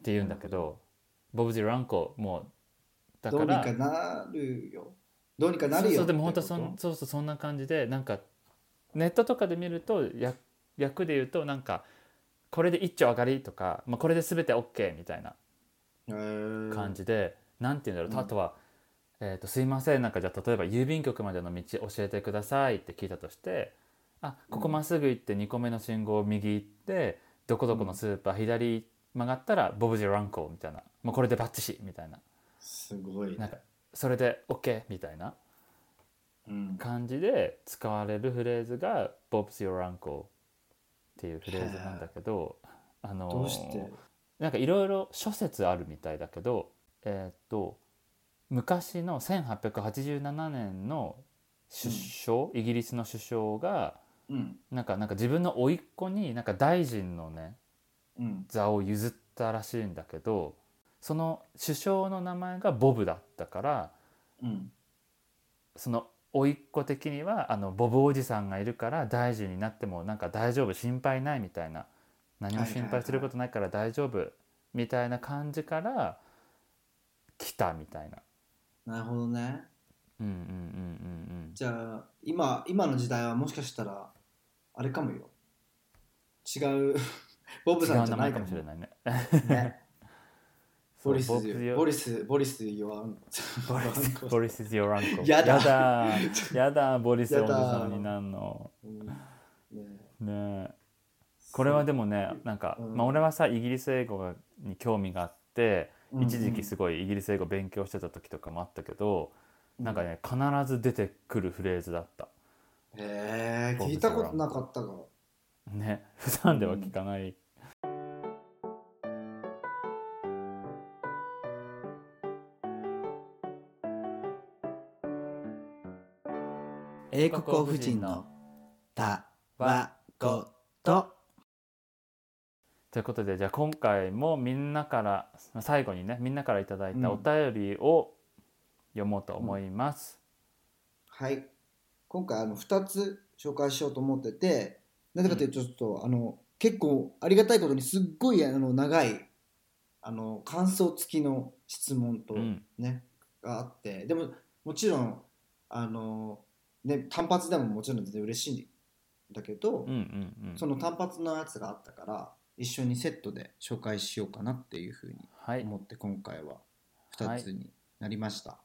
[SPEAKER 3] て言うんだけど「ボブ・ゼ・ヨアンクル」もうだ
[SPEAKER 2] ど
[SPEAKER 3] か
[SPEAKER 2] うに
[SPEAKER 3] ら
[SPEAKER 2] かなるよどうにかなるよ
[SPEAKER 3] そうそうでも
[SPEAKER 2] っ
[SPEAKER 3] 本
[SPEAKER 2] て
[SPEAKER 3] 当
[SPEAKER 2] こと
[SPEAKER 3] そんそうそうそんな感じでなんかネットとかで見るとや役で言うとなんかこれで一丁上がりとか、まあ、これで全て OK みたいな
[SPEAKER 2] へー
[SPEAKER 3] 感じで、なんて言うんだろう、
[SPEAKER 2] うん
[SPEAKER 3] あとは、えーと「すいません」なんかじゃあ例えば郵便局までの道教えてくださいって聞いたとして「あここまっすぐ行って2個目の信号を右行ってどこどこのスーパー左曲がったらボブジェランコ」みたいな「もうこれでバッチシ」みたいな
[SPEAKER 2] すごい
[SPEAKER 3] なん
[SPEAKER 2] ね
[SPEAKER 3] かそれで OK みたいな
[SPEAKER 2] うん
[SPEAKER 3] 感じで使われるフレーズが「ボブジェランコ」っていうフレーズなんだけどあのー
[SPEAKER 2] どうして
[SPEAKER 3] なんかいろいろ諸説あるみたいだけど、えーっと昔の1887年の首相、イギリスの首相が
[SPEAKER 2] うん
[SPEAKER 3] なんかなんか自分の甥っ子になんか大臣のね
[SPEAKER 2] うん
[SPEAKER 3] 座を譲ったらしいんだけどその首相の名前がボブだったから
[SPEAKER 2] うん
[SPEAKER 3] その甥っ子的にはあのボブおじさんがいるから大臣になってもなんか大丈夫心配ないみたいな何も心配することないから大丈夫みたいな感じから来たみたいな。
[SPEAKER 2] なるほどね
[SPEAKER 3] うんうんうん
[SPEAKER 2] じゃあ今今の時代はもしかしたらあれかもよ
[SPEAKER 3] *laughs*
[SPEAKER 2] 違うボ
[SPEAKER 3] うんう
[SPEAKER 2] ブ
[SPEAKER 3] ん。違
[SPEAKER 2] さん
[SPEAKER 3] う
[SPEAKER 2] じゃな
[SPEAKER 3] 名前
[SPEAKER 2] い
[SPEAKER 3] か
[SPEAKER 2] か
[SPEAKER 3] も
[SPEAKER 2] も
[SPEAKER 3] しれ
[SPEAKER 2] い
[SPEAKER 3] ないね。 *laughs*
[SPEAKER 2] ボリス
[SPEAKER 3] そうボブズよ
[SPEAKER 2] ボリスボリス弱ん *laughs*
[SPEAKER 3] ボリスボリスヨランコ。
[SPEAKER 2] やだ
[SPEAKER 3] や
[SPEAKER 2] *laughs*
[SPEAKER 3] だやだボリス
[SPEAKER 2] や
[SPEAKER 3] おじ
[SPEAKER 2] だ
[SPEAKER 3] さんになんの。
[SPEAKER 2] うんね
[SPEAKER 3] ねえ。これはでもねなんか、
[SPEAKER 2] うん
[SPEAKER 3] まあ俺はさイギリス英語がに興味があって。
[SPEAKER 2] うん
[SPEAKER 3] 一時期すごいイギリス英語勉強してた時とかもあったけど、なんかね必ず出てくるフレーズだった
[SPEAKER 2] へえ聞いたことなかったが
[SPEAKER 3] ね *laughs* 普段では聞かない、
[SPEAKER 2] 英
[SPEAKER 3] 国王夫人の
[SPEAKER 2] た
[SPEAKER 3] わ
[SPEAKER 2] こと
[SPEAKER 3] ということでじゃあ今回もみんなからまあ最後にねみんなからいただいた
[SPEAKER 2] う
[SPEAKER 3] お
[SPEAKER 2] ん
[SPEAKER 3] 便りを読もうと思います、
[SPEAKER 2] はい今回あの2つ紹介しようと思っててなぜかというとちょっと、あの結構ありがたいことにすっごいあの長いあの感想付きの質問と
[SPEAKER 3] うん
[SPEAKER 2] ね、があってでももちろんあの、ね、単発でももちろん全然嬉しいんだけど、
[SPEAKER 3] うん、うんうん
[SPEAKER 2] その単発のやつがあったから一緒にセットで紹介しようかなっていうふうに
[SPEAKER 3] はい
[SPEAKER 2] 思って今回は2つになりました。
[SPEAKER 3] は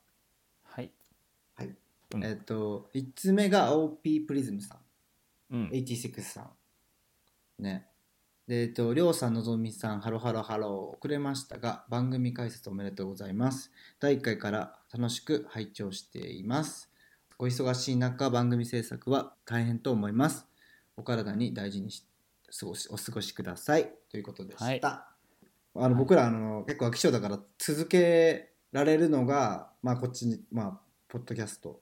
[SPEAKER 3] いうん
[SPEAKER 2] えっと、1つ目が OP プリズムさ
[SPEAKER 3] うん
[SPEAKER 2] ん、86さん。ね。で、えっと、りょうさん、のぞみさん、ハロハロハロー、遅れましたが、番組解説おめでとうございます。第1回から楽しく拝聴しています。お忙しい中、番組制作は大変と思います。お体に大事にし過ごしお過ごしください。ということでした。あの僕らあの結構飽き性だから続けられるのが、まあ、こっちに、まあ、ポッドキャス
[SPEAKER 3] *laughs*
[SPEAKER 2] ト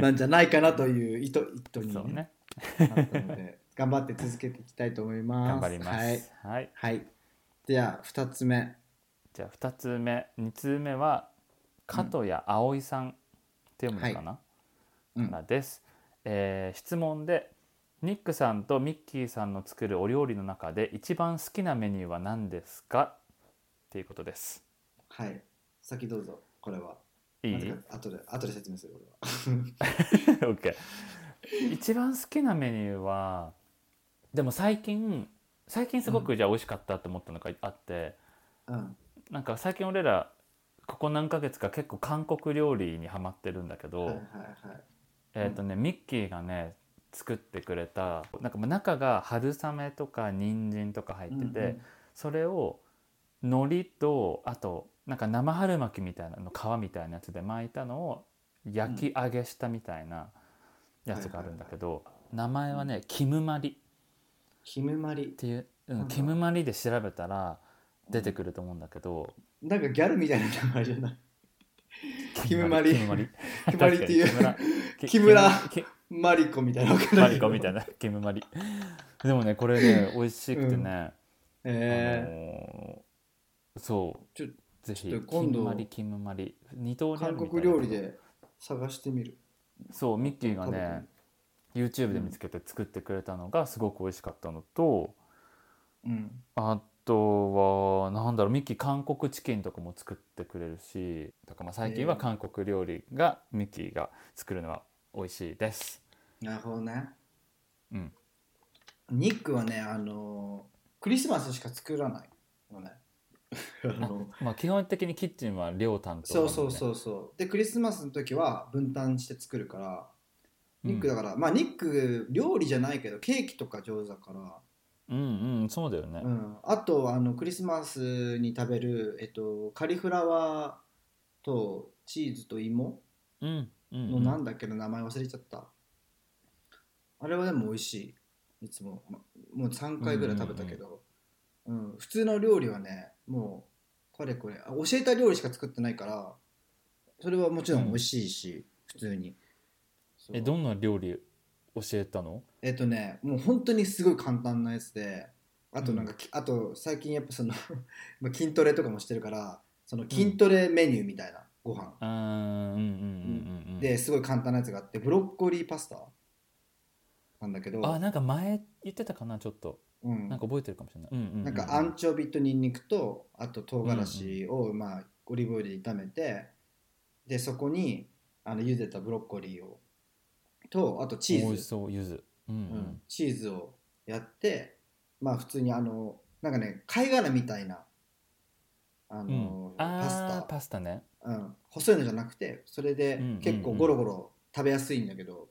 [SPEAKER 2] なんじゃないかなという意図意図に、
[SPEAKER 3] そうね
[SPEAKER 2] なったの
[SPEAKER 3] *laughs*
[SPEAKER 2] で頑張って続けていきたいと思います。
[SPEAKER 3] 頑張ります
[SPEAKER 2] はい、
[SPEAKER 3] はい、
[SPEAKER 2] はい、では2つ目
[SPEAKER 3] じゃあ2つ目2通目は加藤谷葵さんって読むのかな、
[SPEAKER 2] うん
[SPEAKER 3] からです、えー質問でニックさんとミッキーさんの作るお料理の中で一番好きなメニューは何ですかっていうことです
[SPEAKER 2] はい先どうぞこれはい
[SPEAKER 3] い
[SPEAKER 2] なぜか後で後で説明する俺は
[SPEAKER 3] *laughs* OK 一番好きなメニューはでも最近最近すごくじゃあ美味しかったと思ったのがあって、
[SPEAKER 2] うん
[SPEAKER 3] なんか最近俺らここ何ヶ月か結構韓国料理にハマってるんだけど、
[SPEAKER 2] はいはいはい
[SPEAKER 3] えっ、とね、ミッキーがね作ってくれたなんかまあ中が春雨とか人参とか入ってて、
[SPEAKER 2] うんうん
[SPEAKER 3] それを海苔とあとなんか生春巻きみたいなの皮みたいなやつで巻いたのを焼き揚げしたみたいなやつがあるんだけど、名前はねキムマリっ
[SPEAKER 2] ひむまり
[SPEAKER 3] ていう、う
[SPEAKER 2] なん
[SPEAKER 3] ん、
[SPEAKER 2] だ
[SPEAKER 3] キムマリで調べたら出てくると思うんだけど、
[SPEAKER 2] なんかギャルみたいな名前じゃないキムマリ
[SPEAKER 3] キムマリ
[SPEAKER 2] *laughs* キムマリっていう
[SPEAKER 3] *laughs* 確かに
[SPEAKER 2] 木村
[SPEAKER 3] キム
[SPEAKER 2] マリコみたいな
[SPEAKER 3] マリコみた
[SPEAKER 2] *laughs*
[SPEAKER 3] い
[SPEAKER 2] な。
[SPEAKER 3] なキムマリでもねこれね美味しくてね、あ
[SPEAKER 2] え
[SPEAKER 3] のーそう
[SPEAKER 2] ー、ちょ
[SPEAKER 3] ぜひ
[SPEAKER 2] ちょっと今度
[SPEAKER 3] キムマリキムマリ二刀流
[SPEAKER 2] 韓
[SPEAKER 3] みたいな
[SPEAKER 2] 国料理で探してみる。
[SPEAKER 3] そうミッキーがね YouTube で見つけて作ってくれたのがすごく美味しかったのと、
[SPEAKER 2] うん。
[SPEAKER 3] あとはなんだろうミキ韓国チキンとかも作ってくれるしとか、まあ、最近は韓国料理がミキが作るのは美味しいです。
[SPEAKER 2] なるほどね。
[SPEAKER 3] うん。
[SPEAKER 2] ニックはね、あのクリスマスしか作らないのね。あの
[SPEAKER 3] まあ、基本的にキッチンは量担当、
[SPEAKER 2] そうそうそううそう。で、クリスマスの時は分担して作るから、ニックだ
[SPEAKER 3] か
[SPEAKER 2] から、まあニック料理じゃないけど、ケーキとか上手だから、
[SPEAKER 3] らうんうんそうだよね、
[SPEAKER 2] うん、あとあのクリスマスに食べる、えっと、カリフラワーとチーズと芋
[SPEAKER 3] うんうん
[SPEAKER 2] のなんだっけの名前忘れちゃった、あれはでも美味しいいつもまもう3回ぐらい食べたけど、うん普通の料理はねもうかれこれあ教えた料理しか作ってないからそれはもちろん美味しいし、普通にそう
[SPEAKER 3] えどんな料理教えたの
[SPEAKER 2] えっとね、もう本当にすごい簡単なやつで、あとなんか、きあと最近やっぱその *laughs* まあ筋トレとかもしてるから、その筋トレメニューみたいなご飯、
[SPEAKER 3] あーうんうんうんうんうん
[SPEAKER 2] ですごい簡単なやつがあって、ブロッコリーパスタなんだけど、
[SPEAKER 3] あなんか前言ってたかなちょっと
[SPEAKER 2] うん、
[SPEAKER 3] なんか覚えてるかもしれない、うんうんうん
[SPEAKER 2] なんかアンチョビとニンニクとあと唐辛子をまあオリーブオイルで炒めてでそこにあの茹でたブロッコリーをとあとチ
[SPEAKER 3] 美
[SPEAKER 2] ー
[SPEAKER 3] 味
[SPEAKER 2] ズ
[SPEAKER 3] しそう柚子うん
[SPEAKER 2] うんチーズをやってまあ普通にあのなんかね貝殻みたいなあ
[SPEAKER 3] うん、うん
[SPEAKER 2] の、
[SPEAKER 3] あー
[SPEAKER 2] パスタ
[SPEAKER 3] パスタね
[SPEAKER 2] うん、細いのじゃなくてそれで
[SPEAKER 3] うんうんうん
[SPEAKER 2] 結構ゴロゴロ食べやすいんだけど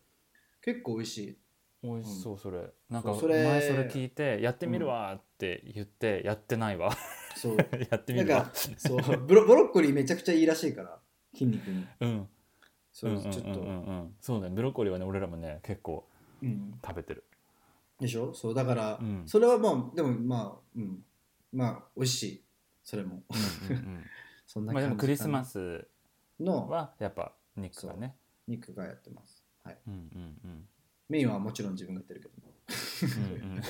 [SPEAKER 2] 結構美味しい
[SPEAKER 3] 美味しそうそれ、なんか
[SPEAKER 2] そうそれ
[SPEAKER 3] 前それ聞いてやってみるわーって言ってやってないわ *laughs*
[SPEAKER 2] そう
[SPEAKER 3] やってみ
[SPEAKER 2] なん
[SPEAKER 3] るわ
[SPEAKER 2] かそうブロブ *laughs* ロッコリーめちゃくちゃいいらしいから筋肉に
[SPEAKER 3] *laughs* うん
[SPEAKER 2] そううん
[SPEAKER 3] うんうん
[SPEAKER 2] ちょっと
[SPEAKER 3] うんうんそうだねブロッコリーはね俺らもね結構
[SPEAKER 2] うん
[SPEAKER 3] 食べてる
[SPEAKER 2] でしょそうだから、
[SPEAKER 3] うん
[SPEAKER 2] それはまあでもまあうんまあ美味しいそれも
[SPEAKER 3] うんうんうん
[SPEAKER 2] そんな
[SPEAKER 3] まあ
[SPEAKER 2] 感
[SPEAKER 3] で
[SPEAKER 2] じ
[SPEAKER 3] もクリスマ
[SPEAKER 2] ス
[SPEAKER 3] ス
[SPEAKER 2] の
[SPEAKER 3] はやっぱ肉がね
[SPEAKER 2] 肉がやってます、はい、
[SPEAKER 3] うんうんうん
[SPEAKER 2] メインはもちろん自分がやってるけど
[SPEAKER 3] うんうん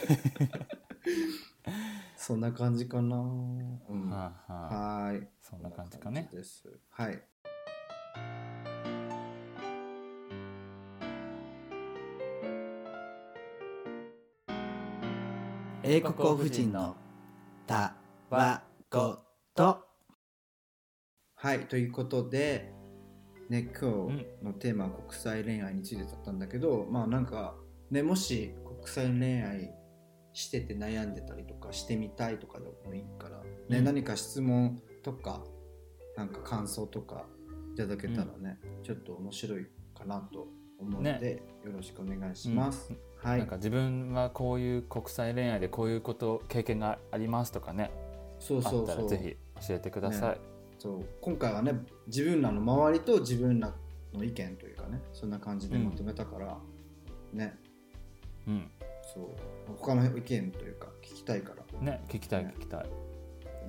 [SPEAKER 2] *laughs* そんな感じかな、うん
[SPEAKER 3] *laughs* はあはあ
[SPEAKER 2] はーい
[SPEAKER 3] そんな感じ
[SPEAKER 2] こ
[SPEAKER 3] かね
[SPEAKER 2] んな感じですはい
[SPEAKER 3] 英国王夫人の
[SPEAKER 2] た
[SPEAKER 3] わ
[SPEAKER 2] ごとはいということで、ね、今日のテーマは国際恋愛についてだったんだけど、まあなんか、ね、もし国際恋愛してて悩んでたりとかしてみたいとかでもいいから、ね
[SPEAKER 3] うん
[SPEAKER 2] 何か質問とかなんか感想とかいただけたらね、ちょっと面白いかなと思うので、よろしくお願いします。はい
[SPEAKER 3] なんか自分はこういう国際恋愛でこういうこと経験がありますとかね
[SPEAKER 2] そう
[SPEAKER 3] あ
[SPEAKER 2] そ
[SPEAKER 3] っ
[SPEAKER 2] う
[SPEAKER 3] た
[SPEAKER 2] そ
[SPEAKER 3] ら
[SPEAKER 2] う
[SPEAKER 3] ぜひ教えてください
[SPEAKER 2] そう今回はね自分らの周りと自分らの意見というかねそんな感じでまとめたから、ね
[SPEAKER 3] うん
[SPEAKER 2] そう他の意見というか聞きたいから
[SPEAKER 3] ね聞きたい
[SPEAKER 2] ね
[SPEAKER 3] 聞きたい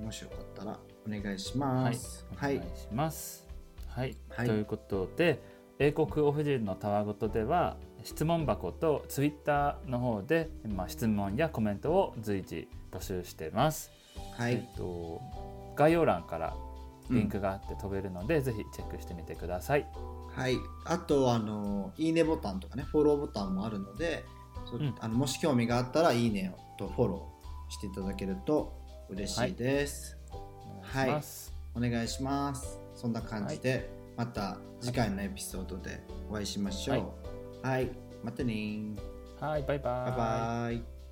[SPEAKER 2] もしよかったらお願いします
[SPEAKER 3] お
[SPEAKER 2] は
[SPEAKER 3] 願い
[SPEAKER 2] い
[SPEAKER 3] します。はい、
[SPEAKER 2] はい
[SPEAKER 3] ということで英国オフ人のたわごとでは質問箱とツイッターの方で、まあ、質問やコメントを随時募集してます。
[SPEAKER 2] はい
[SPEAKER 3] えっと、概要欄からリンクがあって飛べるので、ぜひチェックしてみてください。
[SPEAKER 2] はいあとあのいいねボタンとかねフォローボタンもあるので、そ
[SPEAKER 3] うん
[SPEAKER 2] あのもし興味があったらいいねとフォローしていただけると嬉しいです、
[SPEAKER 3] お願いします。
[SPEAKER 2] お願いしますそんな感じで、また次回のエピソードでお会いしましょうはい、またねー
[SPEAKER 3] はい、バイバ
[SPEAKER 2] バイバイ